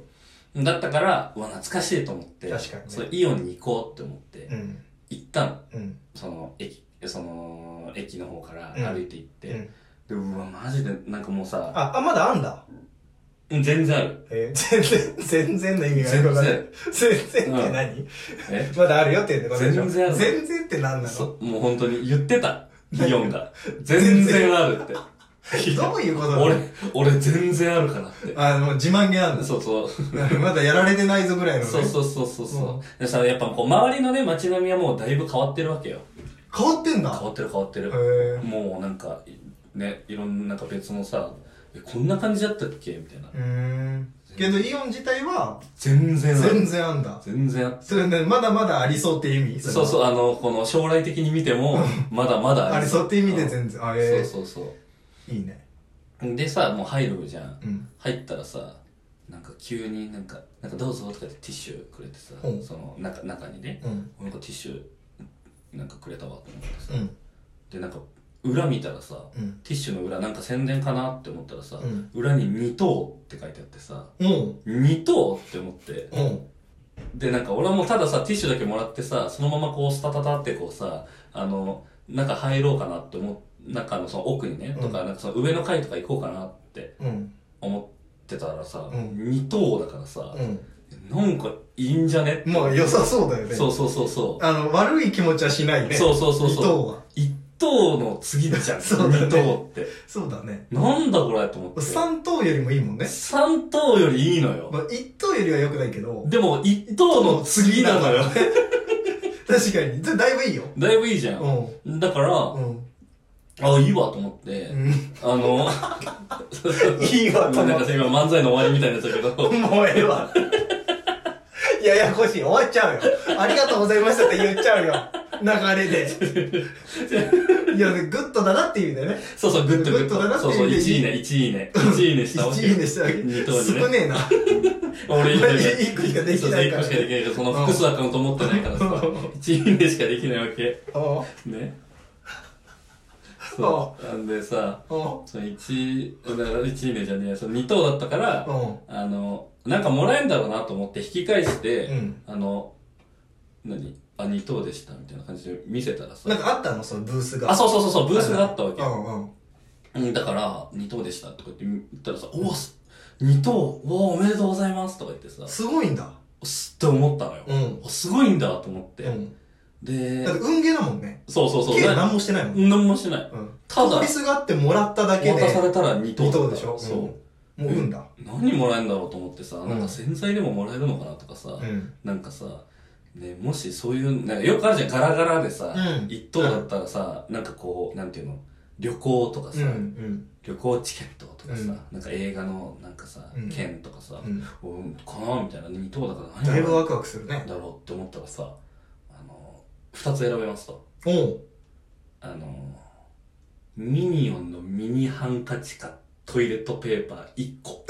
Speaker 1: う。だったから、うわ、懐かしいと思って、
Speaker 2: 確かにね
Speaker 1: そうイオンに行こうって思って
Speaker 2: え、うん。
Speaker 1: 行ったの。
Speaker 2: うん。
Speaker 1: その駅その駅の方から
Speaker 2: うん
Speaker 1: 歩いて行って、
Speaker 2: うん
Speaker 1: でうわマジでなんかもうさ
Speaker 2: あ、あ、まだあんだ。
Speaker 1: うん全然ある
Speaker 2: えー、全然、全然の意味がよくわかんない。全然って何
Speaker 1: え
Speaker 2: まだあるよって言ってことでしょ
Speaker 1: 全然ある
Speaker 2: 全然って何なの
Speaker 1: そもう本当に言ってた
Speaker 2: 何
Speaker 1: イオンが全然あるって
Speaker 2: [laughs] どういうことなの
Speaker 1: 俺俺全然あるからって
Speaker 2: あ、もう自慢げなんだ。
Speaker 1: そうそうそ
Speaker 2: まだやられてないぞぐらいのね。
Speaker 1: うそうそうそうそう、
Speaker 2: うん
Speaker 1: でさやっぱこう周りのね街並みはもうだいぶ変わってるわけよ
Speaker 2: 変わってん
Speaker 1: 変
Speaker 2: だ。
Speaker 1: わってる変わってる、
Speaker 2: へえ
Speaker 1: もうなんかねいろんななんか別のさえこんな感じだったっけみたいな
Speaker 2: うーん。けど、イオン自体は、
Speaker 1: 全然あ
Speaker 2: 全
Speaker 1: る
Speaker 2: 然あんだ。
Speaker 1: 全然あ
Speaker 2: それね、まだまだありそうって意味。
Speaker 1: そうそうう、あの、この将来的に見ても、まだまだ
Speaker 2: ありそうって意味で
Speaker 1: 然。
Speaker 2: 全然。あ、
Speaker 1: そ
Speaker 2: え
Speaker 1: うそうそ
Speaker 2: え。いいね。
Speaker 1: う。でさ、もう入るじゃん。
Speaker 2: うん。
Speaker 1: 入ったらさ、なんか急になんか、なんかどうぞとかってティッシュくれてさ、
Speaker 2: うん
Speaker 1: その中中にね、
Speaker 2: うん。
Speaker 1: なんかティッシュなんかくれたわと思ってさ、
Speaker 2: うん。
Speaker 1: で、なんか裏見たらさ、
Speaker 2: うん
Speaker 1: ティッシュの裏なんか宣伝かなって思ったらさ、
Speaker 2: うん
Speaker 1: 裏に二等って書いてあってさ、
Speaker 2: うん。
Speaker 1: 二等って思って、
Speaker 2: うん。
Speaker 1: で、なんか俺はもうたださ、ティッシュだけもらってさ、そのままこう、スタタタってこうさ、あの、中入ろうかなって思っ、中のその奥にね、
Speaker 2: う
Speaker 1: と
Speaker 2: ん
Speaker 1: か、なんかその上の階とか行こうかなって
Speaker 2: うん。
Speaker 1: 思ってたらさ、
Speaker 2: うん
Speaker 1: 二等だからさ、
Speaker 2: う
Speaker 1: なんかいいんじゃね
Speaker 2: ん。まあ、良さそうだよね。
Speaker 1: そうそうそうそう。
Speaker 2: あの、悪い気持ちはしないね。
Speaker 1: そうそうそう
Speaker 2: 伊藤
Speaker 1: そう。
Speaker 2: は。
Speaker 1: 一等の次じゃん、
Speaker 2: [laughs] そうだね
Speaker 1: 二等って。
Speaker 2: そうだね。
Speaker 1: なんだこれと思って。
Speaker 2: 三等よりもいいもんね。
Speaker 1: 三等よりいいのよ。
Speaker 2: まあ、一等よりは良くないけど。
Speaker 1: でも、一等の次なのよ。 [laughs]
Speaker 2: ね。確かに。だだいぶいいよ。
Speaker 1: だいぶいいじゃ。
Speaker 2: うんん。
Speaker 1: だから、
Speaker 2: うん。
Speaker 1: あ、いいわと思って、
Speaker 2: うん。
Speaker 1: あの、
Speaker 2: [laughs] いいわと思って
Speaker 1: なんか今漫才の終わりみたいになやつだけ
Speaker 2: [laughs]
Speaker 1: ど、
Speaker 2: もうええわ。ややこしい。終わっちゃうよ。ありがとうございましたって言っちゃうよ。流れで。いや、ね、グッドだなっていう意味だよね。
Speaker 1: そうそう、グッとグッ
Speaker 2: グッとだな
Speaker 1: と。
Speaker 2: って
Speaker 1: そそう、
Speaker 2: いうう意味で
Speaker 1: 1位ね、1位ね。1位ねしたわけ。
Speaker 2: 1位でしたわけ。
Speaker 1: 二等に
Speaker 2: 少
Speaker 1: ね。
Speaker 2: ねえな。
Speaker 1: 俺
Speaker 2: 俺
Speaker 1: 一
Speaker 2: 一個しかできないから
Speaker 1: そうそう一個しかできないから、その複数アカウント持ってないからさ、1位でしかできないわけ。
Speaker 2: お
Speaker 1: ね。そう。なんでさ、
Speaker 2: お
Speaker 1: その1、だから1位ねじゃねえや、その2等だったから、
Speaker 2: お
Speaker 1: あの、なんかもらえんだろうなと思って引き返して、
Speaker 2: うん
Speaker 1: あの、何あ、2等でしたみたいな感じで見せたらさ。
Speaker 2: なんかあったのそのブースが。
Speaker 1: あ、そうそうそうそう、ブースがあったわけ。
Speaker 2: うんうん。
Speaker 1: うん、だから、二等でしたとか言って言ったらさ、おわ、す二等、おおめでとうございますとか言ってさ、
Speaker 2: すごいんだ。
Speaker 1: すって思ったのよ。
Speaker 2: うん。
Speaker 1: おすごいんだと思って。
Speaker 2: うん。
Speaker 1: で
Speaker 2: だっ、て運ゲーだもんね。
Speaker 1: そうそうそう、
Speaker 2: ゲー
Speaker 1: な
Speaker 2: 何もしてないもん。
Speaker 1: なんもしない。
Speaker 2: うん。
Speaker 1: ただ
Speaker 2: 通りすがってもらっただけ
Speaker 1: 渡さ
Speaker 2: で、
Speaker 1: れたら二等
Speaker 2: 二
Speaker 1: だった
Speaker 2: 等でしょ
Speaker 1: そう。
Speaker 2: うんもう運だ。
Speaker 1: 何もらえるんだろうと思ってさ、
Speaker 2: ん
Speaker 1: なんか洗剤でももらえるのかなとかさ、
Speaker 2: うん。
Speaker 1: なんかさ、ね、もしそういう、なんかよくあるじゃん、ガラガラでさ
Speaker 2: うん、
Speaker 1: 一、等だったらさ、なんかこう、なんていうの、旅行とか
Speaker 2: う
Speaker 1: さ、
Speaker 2: ん。うん。
Speaker 1: 旅行チケットとかさ、
Speaker 2: うん
Speaker 1: なんか映画のなんかさ、
Speaker 2: うん
Speaker 1: 券とかさ、
Speaker 2: うん。
Speaker 1: うん、かなみたいな二等だから
Speaker 2: だい
Speaker 1: 何
Speaker 2: ぶ
Speaker 1: が
Speaker 2: ワクワクするね。
Speaker 1: だろうって思ったらさあの二つ選べますと
Speaker 2: おう。
Speaker 1: あのミニオンのミニハンカチかトイレットペーパー一個、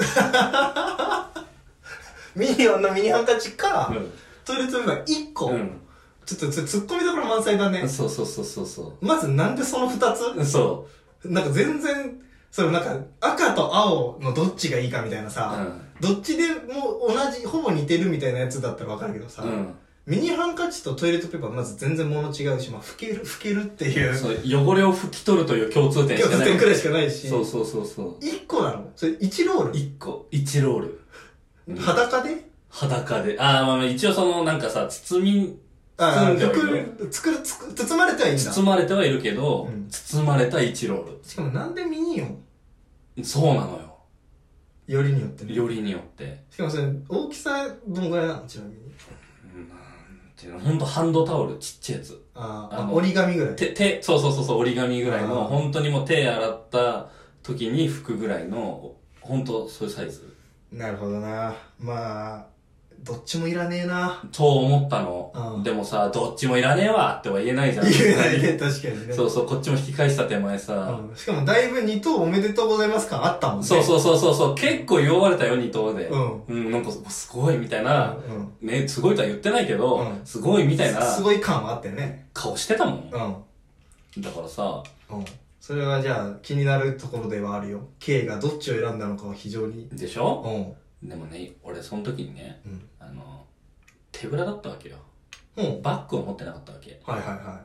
Speaker 2: ミニオンのミニハンカチから、
Speaker 1: う
Speaker 2: トイレットペーパー1個。
Speaker 1: ん
Speaker 2: ちょっと、つ突っ込みどころ満載だ
Speaker 1: う
Speaker 2: ね
Speaker 1: ん、。 [laughs] そうそうそうそうそ
Speaker 2: まずなんでその2つ
Speaker 1: うそ
Speaker 2: なんか全然、そのなんか赤と青のどっちがいいかみたいな
Speaker 1: うう
Speaker 2: さ、
Speaker 1: ん
Speaker 2: どっちでも同じ、ほぼ似てるみたいなやつだったらわかるけどさ、
Speaker 1: うん
Speaker 2: ミニハンカチとトイレットペーパーはまず全然物違うし、まあ、拭ける、拭けるっていう、
Speaker 1: そう汚れを拭き取るという共通点し
Speaker 2: 今
Speaker 1: か
Speaker 2: 日
Speaker 1: な
Speaker 2: ずっ
Speaker 1: い
Speaker 2: とくらいしかないし、
Speaker 1: そうそうそうそ
Speaker 2: 1個なのそれ1ロ
Speaker 1: う
Speaker 2: ー
Speaker 1: 一個一ロール
Speaker 2: ル裸で
Speaker 1: 裸であーまあまあ一応そのなんかさ包み
Speaker 2: あ
Speaker 1: 包
Speaker 2: あ、
Speaker 1: んではい
Speaker 2: 服
Speaker 1: る、
Speaker 2: 作る、つく包まれてはいいんだ。
Speaker 1: 包まれてはいるけど、
Speaker 2: うん
Speaker 1: 包まれた一ロー
Speaker 2: しかもなんでミニオン
Speaker 1: ルそうなのよ
Speaker 2: よりによってね。
Speaker 1: よりによって
Speaker 2: しかもそれ、大きさどのぐらいなのちなみに。
Speaker 1: なんていうのほんとハンドタオルちっちゃいやつ
Speaker 2: あー
Speaker 1: あ
Speaker 2: あ、
Speaker 1: の
Speaker 2: 折り紙ぐらい。
Speaker 1: 手手そうそうそうそう折り紙ぐらいの
Speaker 2: あー
Speaker 1: 本当にもう手洗った時に拭くぐらいの本当そういうサイズ
Speaker 2: なるほどな。まあ、どっちもいらねえな。
Speaker 1: と思ったの、
Speaker 2: うん
Speaker 1: でもさどっちもいらねえわっては言えないじゃん
Speaker 2: 言えないね、確かにね。
Speaker 1: そうそうこっちも引き返した手前さ、
Speaker 2: うんしかもだいぶ二等おめでとうございます感あったもんね。
Speaker 1: そうそうそうそうそう結構弱われたよ二頭で
Speaker 2: うん。
Speaker 1: うん、なんかすごいみたい
Speaker 2: うん。
Speaker 1: な、
Speaker 2: うん。
Speaker 1: ねすごいとは言ってないけど、
Speaker 2: うん
Speaker 1: すごいみたいな
Speaker 2: すすごい感はあったよね。
Speaker 1: 顔してたもん、
Speaker 2: うん。
Speaker 1: だからさ
Speaker 2: うん。それはじゃあ気になるところではあるよ。K がどっちを選んだのかは非常に。
Speaker 1: でしょ
Speaker 2: うん。
Speaker 1: でもね俺その時にね
Speaker 2: うん。
Speaker 1: あの手ぶらだったわけよ
Speaker 2: うん。
Speaker 1: バッグを持ってなかったわけ
Speaker 2: はいはいは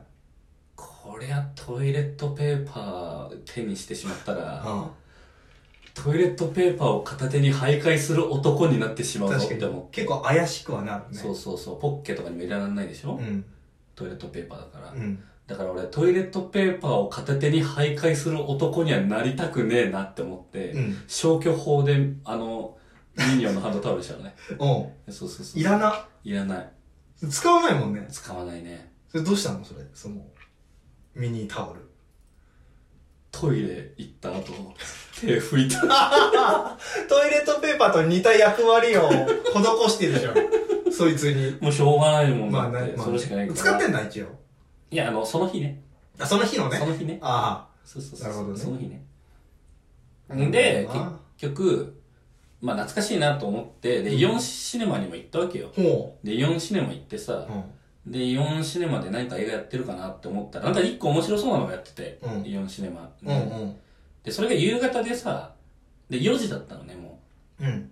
Speaker 1: こりゃトイレットペーパー手にしてしまったら
Speaker 2: い。
Speaker 1: トイレットペーパーを片手に徘徊する男になってしま
Speaker 2: うん。
Speaker 1: うぞ
Speaker 2: 確
Speaker 1: って
Speaker 2: かに
Speaker 1: 思。って
Speaker 2: 結構怪しくはなるね。
Speaker 1: そうそうそうポッケとかにもいらないでしょ、
Speaker 2: うん。
Speaker 1: トイレットペーパーだから、
Speaker 2: うん。
Speaker 1: だから俺トイレットペーパーを片手に徘徊する男にはなりたくねえなって思って、
Speaker 2: うん。
Speaker 1: 消去法であのミニオンのハンドタオルでしたよ
Speaker 2: [laughs]
Speaker 1: ね
Speaker 2: うん。
Speaker 1: そうそうそう
Speaker 2: いらない
Speaker 1: らない
Speaker 2: い。使わないもんね。
Speaker 1: 使わないね
Speaker 2: それどうしたのそれ。その、ミニタオル。
Speaker 1: トイレ行った後手拭いた [laughs]
Speaker 2: トイレットペーパーと似た役割を施してるじゃん。そいつに。
Speaker 1: もうしょうがないもん
Speaker 2: まあ、
Speaker 1: だ
Speaker 2: な
Speaker 1: って、
Speaker 2: まあ、
Speaker 1: それしかないから。
Speaker 2: 使ってんだ、一応。
Speaker 1: いや、あの、その日ね。
Speaker 2: あ、その日のね
Speaker 1: そ。の日ね。
Speaker 2: あ
Speaker 1: そうそうそう。
Speaker 2: なるほどね
Speaker 1: その日ね。
Speaker 2: あ。
Speaker 1: で、
Speaker 2: ま
Speaker 1: 結局、まあ懐かしいなと思って、で、イオンシネマにも行ったわけよ
Speaker 2: あ。ほ
Speaker 1: で、イオンシネマ行ってさ
Speaker 2: う。う、ん。
Speaker 1: で、イオンシネマで何か映画やってるかなって思ったら、なんか一個面白そうなのがやってて
Speaker 2: う、ん
Speaker 1: イオンシネマ。
Speaker 2: うんうん。
Speaker 1: で、それが夕方でさ、で、4時だったのね、も
Speaker 2: うん。
Speaker 1: う。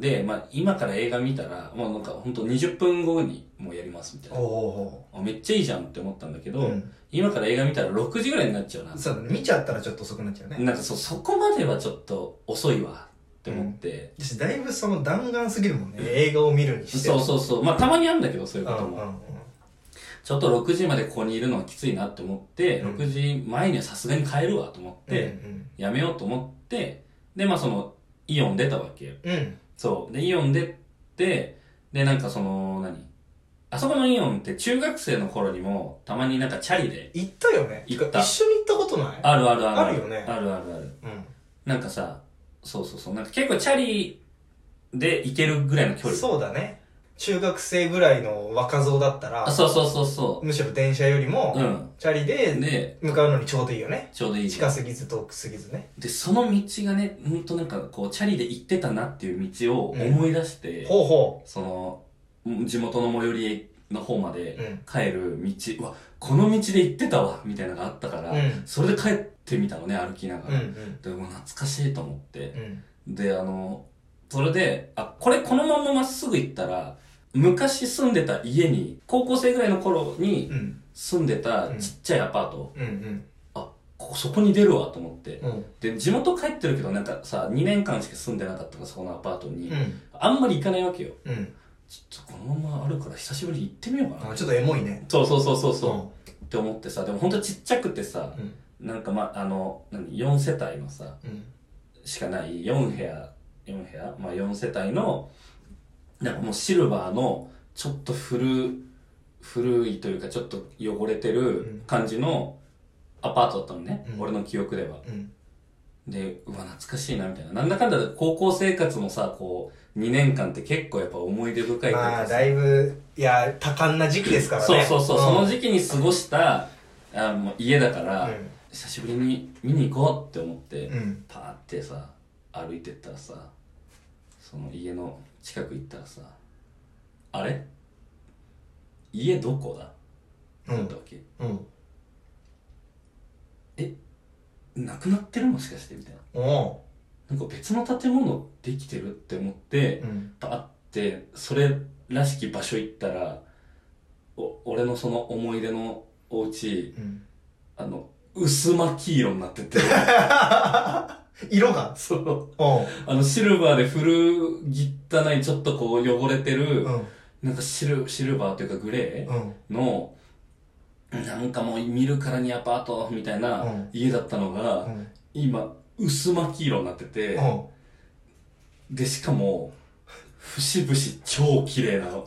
Speaker 1: で、まあ今から映画見たら、もうなんかほんと20分後にもうやりますみたいな。
Speaker 2: おお
Speaker 1: あめっちゃいいじゃんって思ったんだけ
Speaker 2: お
Speaker 1: ど、
Speaker 2: お。うん。
Speaker 1: 今から映画見たら6時ぐらいになっちゃうな。
Speaker 2: そうだね。見ちゃったらちょっと遅くなっちゃうね。
Speaker 1: なんかそ、そこまではちょっと遅いわって思って。
Speaker 2: 私、だいぶその弾丸すぎるもんね。映画を見るにして。
Speaker 1: そうそうそう。まあたまにあるんだけど、そういう
Speaker 2: う
Speaker 1: こ
Speaker 2: んう
Speaker 1: と
Speaker 2: んう
Speaker 1: も。
Speaker 2: ん。
Speaker 1: ちょっと6時までここにいるのはきついなって思って、
Speaker 2: うん
Speaker 1: 6時前にはさすがに帰るわと思って、
Speaker 2: うん
Speaker 1: やめようと思って、で、まあその、イオン出たわけよ。
Speaker 2: うん。うん。
Speaker 1: そう。で、イオン出て、で、なんかその、何あそこのイオンって中学生の頃にも、たまになんかチャリで、
Speaker 2: 行ったよね。
Speaker 1: 行った
Speaker 2: 一緒に行ったことない
Speaker 1: あるあるある。
Speaker 2: あるよね
Speaker 1: あるあるある。
Speaker 2: うん。
Speaker 1: なんかさ、そうそうそう、なんか結構チャリで行けるぐらいの距離。
Speaker 2: そうだね。中学生ぐらいの若造だったら
Speaker 1: あ、、そうそうそうそ
Speaker 2: むしろ電車よりも、
Speaker 1: う。うん。
Speaker 2: チャリで
Speaker 1: で、
Speaker 2: 向かうのにちょうどいいよね。
Speaker 1: ちょうどいい。
Speaker 2: 近すぎず遠くすぎずね。
Speaker 1: で、その道がね、ほんとなんかこう、チャリで行ってたなっていう道を思い出して、
Speaker 2: ほうほ
Speaker 1: その、うん地元の最寄り駅の方ま
Speaker 2: う。う
Speaker 1: で
Speaker 2: ん。
Speaker 1: 帰る道、うわ、この道で行ってたわ、みたいなのがあったから、
Speaker 2: うん
Speaker 1: それで帰ってみたのね、歩きなが
Speaker 2: うんう
Speaker 1: ら。
Speaker 2: ん。
Speaker 1: でも懐かしいと思って
Speaker 2: う。ん。
Speaker 1: で、あの、それで、あ、これこのまままっすぐ行ったら、昔住んでた家に、高校生ぐらいの頃に
Speaker 2: うん。
Speaker 1: 住んでたちっちゃいアパート、
Speaker 2: うん。うん。
Speaker 1: ここそこに出るわと思って。
Speaker 2: うん。
Speaker 1: で、地元帰ってるけどなんかさ、2年間しか住んでなかったから、そこのアパートに。
Speaker 2: うん。
Speaker 1: あんまり行かないわけよ。
Speaker 2: うん。
Speaker 1: ちょっとこのままあるから久しぶりに行ってみようか
Speaker 2: あ
Speaker 1: な。
Speaker 2: ちょっとエモいね。
Speaker 1: そうそうそうそうそう、って思ってさ、でもほんとちっちゃくてさ、
Speaker 2: うん。
Speaker 1: なんかま、あの、何、4世帯のさ、
Speaker 2: うん。
Speaker 1: しかない4部屋、4部屋まあ4世帯の、なんかもうシルバーの、ちょっと古、古いというかちょっと汚れて
Speaker 2: うん
Speaker 1: る感じのアパートだったのね。
Speaker 2: うん
Speaker 1: 俺の記憶では。
Speaker 2: うん。
Speaker 1: で、うわ、懐かしいな、みたいな。なんだかんだで高校生活もさ、こう、2年間って結構やっぱ思い出深いというか
Speaker 2: まあ、
Speaker 1: さ
Speaker 2: だいぶ、いや、多感な時期ですからね。
Speaker 1: そうそうそう、その
Speaker 2: 期。
Speaker 1: 時期に過ごした、あもう家だから、
Speaker 2: うん
Speaker 1: 久しぶりに見に行こうって思って、
Speaker 2: うん。
Speaker 1: パーってさ歩いてったらさその家の近く行ったらさあれ家どこだ
Speaker 2: う
Speaker 1: 思っ
Speaker 2: ん
Speaker 1: た。わけ、
Speaker 2: うん。
Speaker 1: なくなってるもしかしてみたいな
Speaker 2: おう。
Speaker 1: なんか別の建物できてるって思って
Speaker 2: うん。
Speaker 1: パーってそれらしき場所行ったらお俺のその思い出のお家
Speaker 2: うん。
Speaker 1: あの薄まき色になって
Speaker 2: [laughs]
Speaker 1: て
Speaker 2: 色が。
Speaker 1: そう
Speaker 2: おう。
Speaker 1: あのシルバーで古汚いちょっとこう汚れてる、
Speaker 2: うん。
Speaker 1: なんかシルシルバーというかグレ
Speaker 2: うん。
Speaker 1: ーの、なんかもう見るからにアパートみたいな
Speaker 2: うん
Speaker 1: 家だったのが、
Speaker 2: うん。
Speaker 1: 今、薄まき色になってて、
Speaker 2: うん。
Speaker 1: で、しかも、節々超綺麗なの。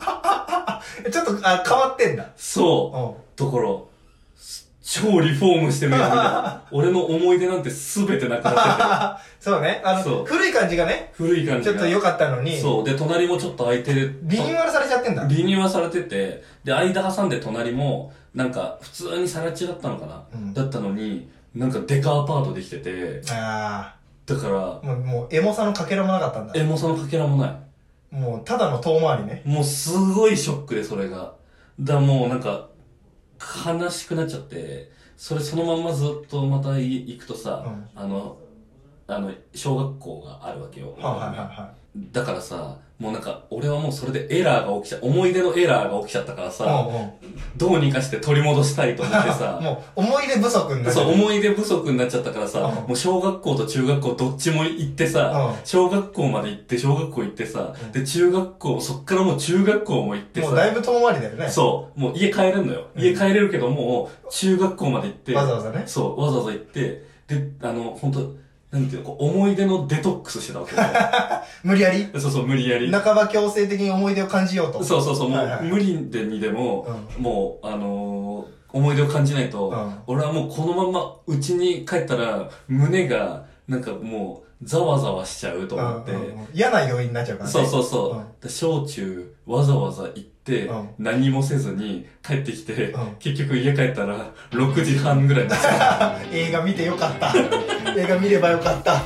Speaker 2: ちょっと、あ、変わってん [laughs] だ。
Speaker 1: そうう、ところ、す超リフォームしてるやつみたい
Speaker 2: [laughs]
Speaker 1: な俺の思い出なんて全てなくなって [laughs]
Speaker 2: ん。そうね。あ
Speaker 1: そ
Speaker 2: の、
Speaker 1: う
Speaker 2: 古い感じがね、
Speaker 1: て、古い感じが。
Speaker 2: ちょっと良かったのに、
Speaker 1: そう、で、隣もちょっと空いてる。
Speaker 2: リニューアルされちゃってんだ。
Speaker 1: リニューアルされてて、で、間挟んで隣も、なんか、普通にさら地だったのかな、
Speaker 2: うん
Speaker 1: だったのに、なんかデカアパートできてて、
Speaker 2: あ
Speaker 1: だから
Speaker 2: あ、、もう、もう、エモさのかけらもなかったんだ
Speaker 1: エ。モさのかけらもな
Speaker 2: もう、ただの遠回りね。
Speaker 1: い。もうすごいショックで、それが。だ、もうなんか、悲しくなっちゃって、それそのまんまずっとまたい行くとさ、
Speaker 2: うん
Speaker 1: あの、あの、小学校があるわけよ。
Speaker 2: はいはいはいはい。
Speaker 1: だからさ、もうなんか、俺はもうそれでエラーが起きちゃ、思い出のエラーが起きちゃったからさ、
Speaker 2: も
Speaker 1: どうにかして取り戻したいと思って
Speaker 2: う、も
Speaker 1: さ
Speaker 2: う、、 [laughs] もう、思い出不足になっちゃ
Speaker 1: そう、
Speaker 2: う。
Speaker 1: 思い出不足になっちゃったからさ、
Speaker 2: うん
Speaker 1: もう小学校と中学校どっちも行ってさ、
Speaker 2: うん
Speaker 1: 小学校まで行って、小学校行ってさ、
Speaker 2: うん
Speaker 1: で、中学校、そっからもう中学校も行って
Speaker 2: もう、だい
Speaker 1: さ、
Speaker 2: ぶ遠回りだよね。
Speaker 1: そう、もう家帰れんのよ。
Speaker 2: うん
Speaker 1: 家帰れるけど、もう中学校まで行って、
Speaker 2: わざわざね。
Speaker 1: そう、わざわざ行って、で、あの、本当なんていうの、こう思い出のデトックスしてたわけよ。
Speaker 2: 無理やり、
Speaker 1: そうそう、無理やり。
Speaker 2: 半ば強制的に思い出を感じようと。
Speaker 1: そうそうそう、も
Speaker 2: はいは
Speaker 1: う
Speaker 2: い
Speaker 1: 無理でにでも、もう、あのー思い出を感じないと、
Speaker 2: うん
Speaker 1: 俺はもうこのまま家に帰ったら、胸が、なんかもう、ざわざわしちゃうと
Speaker 2: うん。
Speaker 1: 思って、
Speaker 2: うんうんうん嫌な要因になっちゃうからね。
Speaker 1: そうそうそう、
Speaker 2: うん
Speaker 1: で小中、わざわざ行って、
Speaker 2: うん
Speaker 1: 何もせずに帰ってきて、
Speaker 2: うん
Speaker 1: 結局家帰ったら、6時半ぐらいになっちゃう。
Speaker 2: 映画見てよか
Speaker 1: [laughs]
Speaker 2: った。映画見ればよかった。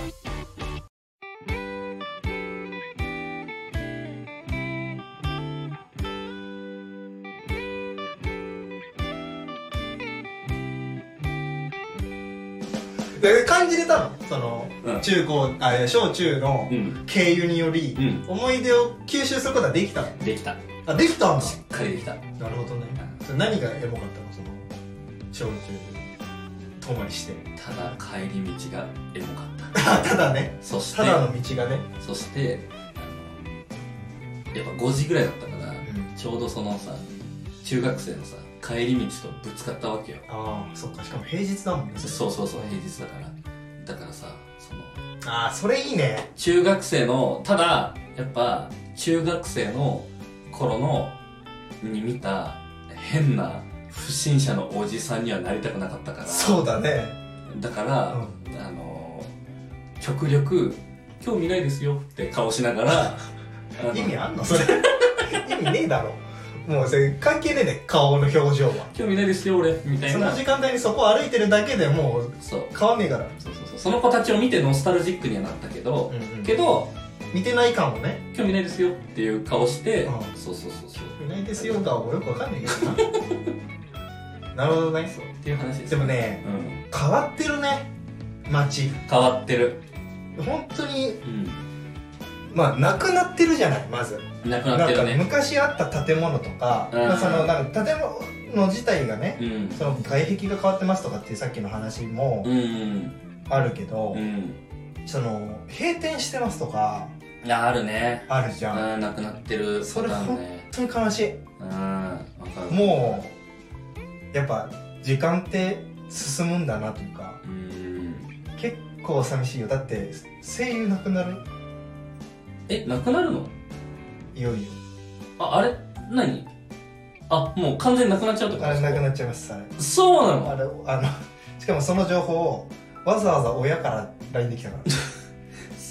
Speaker 2: で感じれたのその、
Speaker 1: うん
Speaker 2: 中高あいや小中の
Speaker 1: うん。
Speaker 2: 経由により、
Speaker 1: うん。
Speaker 2: 思い出を吸収することができたの
Speaker 1: できた。し
Speaker 2: あできたんだ
Speaker 1: っかりできた。
Speaker 2: なるほどねそれ何がエモかったのその小中遠回りして
Speaker 1: ただ帰り道がエモかった。
Speaker 2: あただね
Speaker 1: そして
Speaker 2: た、だの道がね、
Speaker 1: そして、あの、やっぱ5時ぐらいだったから、ちょうどそのさ中学生のさ帰り道とぶつかったわけよ
Speaker 2: ああそっかしかも平日だもんね
Speaker 1: そそうそうそう平日だからだからさその
Speaker 2: ああそれいいね
Speaker 1: 中学生のただやっぱ中学生の頃のに見た変な不審者のおじさんにはなりたくなかったから
Speaker 2: そうだね
Speaker 1: だから、あの
Speaker 2: [laughs]
Speaker 1: 極力興味ないですよって顔しながらあの
Speaker 2: 意味あんのそれ意味ねえだろもうそれ関係ねえね顔の表情は
Speaker 1: 興味ないですよ俺みたい
Speaker 2: その
Speaker 1: な
Speaker 2: 時間帯にそこ歩いてるだけでもう
Speaker 1: そう
Speaker 2: 変わんねえから
Speaker 1: そうそうそうその子たちを見てノスタルジックにはなったけど、
Speaker 2: うんうん
Speaker 1: けど
Speaker 2: 見てない感もね
Speaker 1: 興味ないですよっていう顔して、
Speaker 2: うん
Speaker 1: そうそうそうそう
Speaker 2: 見ないですよ顔もよくわかんないけど [laughs] ななるほどね
Speaker 1: っていう話です
Speaker 2: でも、ね
Speaker 1: うん、
Speaker 2: 変わってるね街
Speaker 1: 変わってる、
Speaker 2: 本当に
Speaker 1: う
Speaker 2: まあなくなってるじゃないまず
Speaker 1: ん、なくな
Speaker 2: な
Speaker 1: っ
Speaker 2: ん
Speaker 1: て
Speaker 2: か
Speaker 1: るね
Speaker 2: 昔あった建物とか、
Speaker 1: うん
Speaker 2: まあ、そのなんか建物自体がね
Speaker 1: うん
Speaker 2: その外壁が変わってますとかっていうさっきの話も
Speaker 1: うん
Speaker 2: あるけど、
Speaker 1: うん
Speaker 2: その閉店してますとか
Speaker 1: いやあるね
Speaker 2: あるじゃん、
Speaker 1: うんなくなってる
Speaker 2: それ
Speaker 1: パターンね
Speaker 2: 本当に悲し
Speaker 1: うんわか
Speaker 2: い
Speaker 1: る
Speaker 2: もうやっぱ時間って進むんだなというか
Speaker 1: うん
Speaker 2: 結構寂しいよだって声優なくなる
Speaker 1: えなくなるの
Speaker 2: いよいよ
Speaker 1: ああれ何あもう完全になくなっちゃうってこと
Speaker 2: あれ
Speaker 1: か
Speaker 2: なくなっちゃいますあれ
Speaker 1: そうなの
Speaker 2: あれあの [laughs] しかもその情報をわざわざ親から LINE できたから
Speaker 1: [laughs]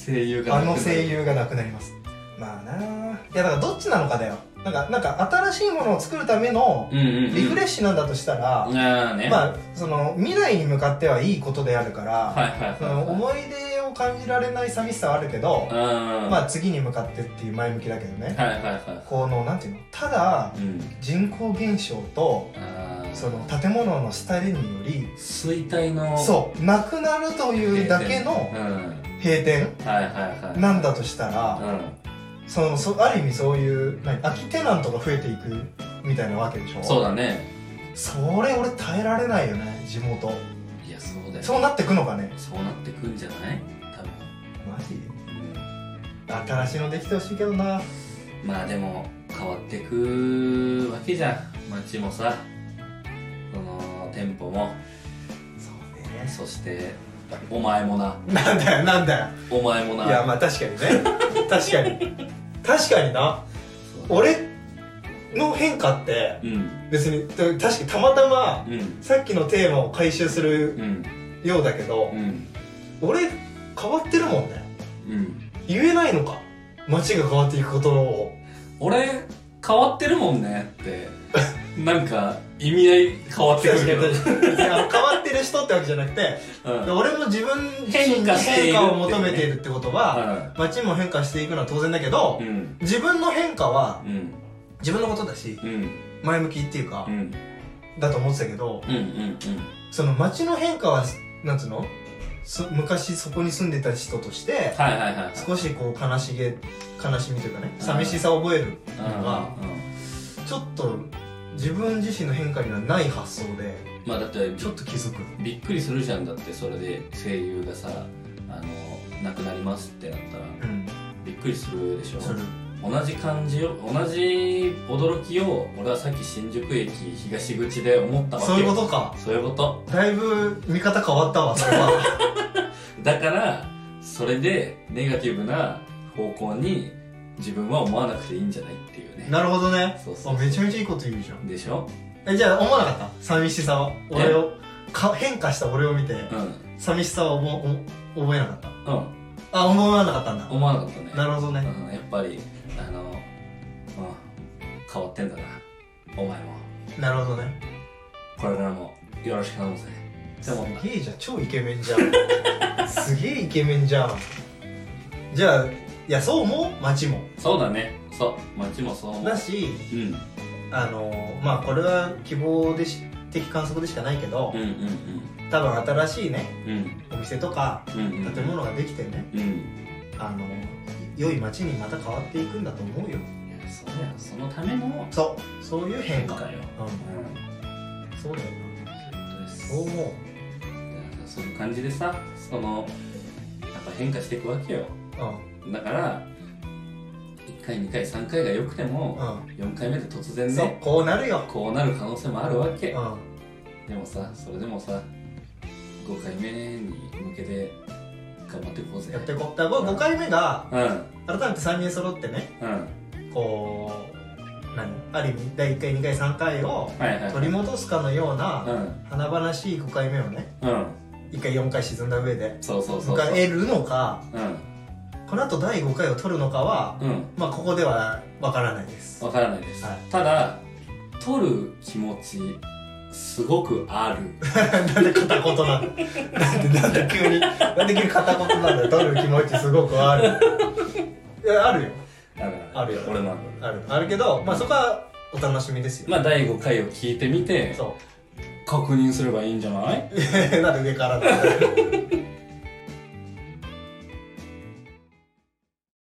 Speaker 1: 声優が
Speaker 2: あの声
Speaker 1: 優
Speaker 2: 優がなくなりますまあなあいやだからどっちなのかだよなんかなんか新しいものを作るための
Speaker 1: うんうん、うん、
Speaker 2: リフレッシュなんだとしたら、
Speaker 1: ああね
Speaker 2: まあその未来に向かってはいいことであるから、
Speaker 1: はいはいはい
Speaker 2: その思い出を感じられない寂しさはあるけど、
Speaker 1: うん
Speaker 2: まあ次に向かってっていう前向きだけどね、
Speaker 1: はいはいは
Speaker 2: このなんていうのただ
Speaker 1: いうん
Speaker 2: 人口減少と
Speaker 1: あー
Speaker 2: その建物の下でにより
Speaker 1: 衰退の
Speaker 2: そうなくなるというだけの
Speaker 1: うん
Speaker 2: 閉店
Speaker 1: はいはいはい
Speaker 2: なんだとしたら、
Speaker 1: う
Speaker 2: そのそある意味そういう何空きテナントが増えていくみたいなわけでしょ
Speaker 1: んそうだね
Speaker 2: それ俺耐えられないよね地元
Speaker 1: いやそうだよ
Speaker 2: そうなってくのかね
Speaker 1: そうなってくんじゃない多分
Speaker 2: マジ新しいのできてほしいけどな
Speaker 1: うんまあでも変わってくわけじゃん街もさその店舗も
Speaker 2: そうね
Speaker 1: そしてお前もな
Speaker 2: なんだよなんだよ
Speaker 1: お前もない
Speaker 2: やまあ確かにね確かに確かにな
Speaker 1: そう
Speaker 2: 俺の変化って
Speaker 1: うん
Speaker 2: 別に確かにたまたま
Speaker 1: うん
Speaker 2: さっきのテーマを回収する
Speaker 1: うん
Speaker 2: ようだけど
Speaker 1: う、ん
Speaker 2: 俺変わってるもんね
Speaker 1: うん
Speaker 2: 言えないのか街が変わっていくことを
Speaker 1: 俺変わってるもんねってなんか意味合い変わってくるけど
Speaker 2: 確かに別にあの変わってる人ってわけじゃなくて
Speaker 1: うん
Speaker 2: 俺も自分自身
Speaker 1: 変
Speaker 2: に
Speaker 1: 化しているっていうね
Speaker 2: 変化を求めているってことは
Speaker 1: は
Speaker 2: 街も変化していくのは当然だけど
Speaker 1: いうん
Speaker 2: 自分の変化は
Speaker 1: うん
Speaker 2: 自分のことだし
Speaker 1: うんうん
Speaker 2: 前向きっていうか
Speaker 1: うん
Speaker 2: だと思ってたけど
Speaker 1: うんうん
Speaker 2: その街の変化はなんつうのす昔そこに住んでた人として
Speaker 1: はいはいはい
Speaker 2: 少しこう悲しげ悲しみというかね
Speaker 1: うん
Speaker 2: 寂しさを覚える
Speaker 1: う
Speaker 2: の
Speaker 1: んうん
Speaker 2: がちょっと自分自身の変化にはない発想で
Speaker 1: まあだって
Speaker 2: ちょっと気づく
Speaker 1: びっくりするじゃんだってそれで声優がさあの亡くなりますってなったら
Speaker 2: うん
Speaker 1: びっくりするでしょ
Speaker 2: する
Speaker 1: 同じ感じを同じ驚きを俺はさっき新宿駅東口で思ったわけ
Speaker 2: そういうことか
Speaker 1: そういうこと
Speaker 2: だいぶ見方変わったわそれ
Speaker 1: [laughs]
Speaker 2: は
Speaker 1: だからそれでネガティブな方向に自分は思わなくていいんじゃないっていうね
Speaker 2: なるほどね
Speaker 1: そうそう
Speaker 2: あめちゃめちゃいいこと言うじゃん
Speaker 1: でしょ
Speaker 2: えじゃあ思わなかった寂しさは俺をか変化した俺を見て
Speaker 1: うん
Speaker 2: 寂しさは思お覚えなかった
Speaker 1: うん
Speaker 2: あ思わなかったんだ
Speaker 1: 思わなかったね
Speaker 2: なるほどね
Speaker 1: うん、やっぱりあの、うん、変わってんだなお前も
Speaker 2: なるほどね
Speaker 1: これからもよろしく頼むぜって思った
Speaker 2: すげえじゃん超イケメンじゃんすげえイケメンじゃんじゃあいやそう思う街も
Speaker 1: そうだねそう街もそう思う
Speaker 2: だし
Speaker 1: うんうん
Speaker 2: あのまあこれは希望でし的観測でしかないけど
Speaker 1: うん
Speaker 2: 多分新しいね
Speaker 1: うんうん
Speaker 2: お店とか
Speaker 1: うんうん
Speaker 2: 建物ができてね
Speaker 1: うん
Speaker 2: あの良い街にまた変わっていくんだと思うよ
Speaker 1: いやそうだよそのための
Speaker 2: そうそういう変
Speaker 1: 変
Speaker 2: 化
Speaker 1: 化よ
Speaker 2: う
Speaker 1: う
Speaker 2: ん
Speaker 1: ん
Speaker 2: そうだよな
Speaker 1: 本当です
Speaker 2: そう思う
Speaker 1: いやそういう感じでさそのやっぱ変化していくわけよ
Speaker 2: う
Speaker 1: だから1回2回3回が良くても
Speaker 2: んう
Speaker 1: 4回目で突然
Speaker 2: んそう
Speaker 1: ね
Speaker 2: こうなるよ
Speaker 1: こうなる可能性もあるわけ
Speaker 2: うん
Speaker 1: でもさそれでもさ5回目に向けて頑張っていこうぜ
Speaker 2: やっていこうだから5回目が
Speaker 1: うんうん
Speaker 2: 改めて3人揃ってねこう何ある意味第1回2回3回を
Speaker 1: はいはい
Speaker 2: 取り戻すかのよう
Speaker 1: う
Speaker 2: なん華々しい5回目をね
Speaker 1: うん
Speaker 2: 1回4回沈んだ上で
Speaker 1: そうそうそうそう
Speaker 2: 迎えるのか
Speaker 1: うん
Speaker 2: ここの後第5回を撮るのかは、
Speaker 1: うん
Speaker 2: まあここではわからないです [laughs]
Speaker 1: わからないです、
Speaker 2: は
Speaker 1: ただ取る気持ちすごくある
Speaker 2: なんで片言なの [laughs] なんでなんで急になんで急に片言なんだよ撮る気持ちすごくあるいやあるよ
Speaker 1: ある
Speaker 2: あるよ
Speaker 1: 俺もある
Speaker 2: あるあるけどまあそこはお楽しみですよ、 [laughs]
Speaker 1: まあ第5回を聞いてみて
Speaker 2: そ
Speaker 1: 確認すればいいんじゃないう
Speaker 2: なんで上からなんだよ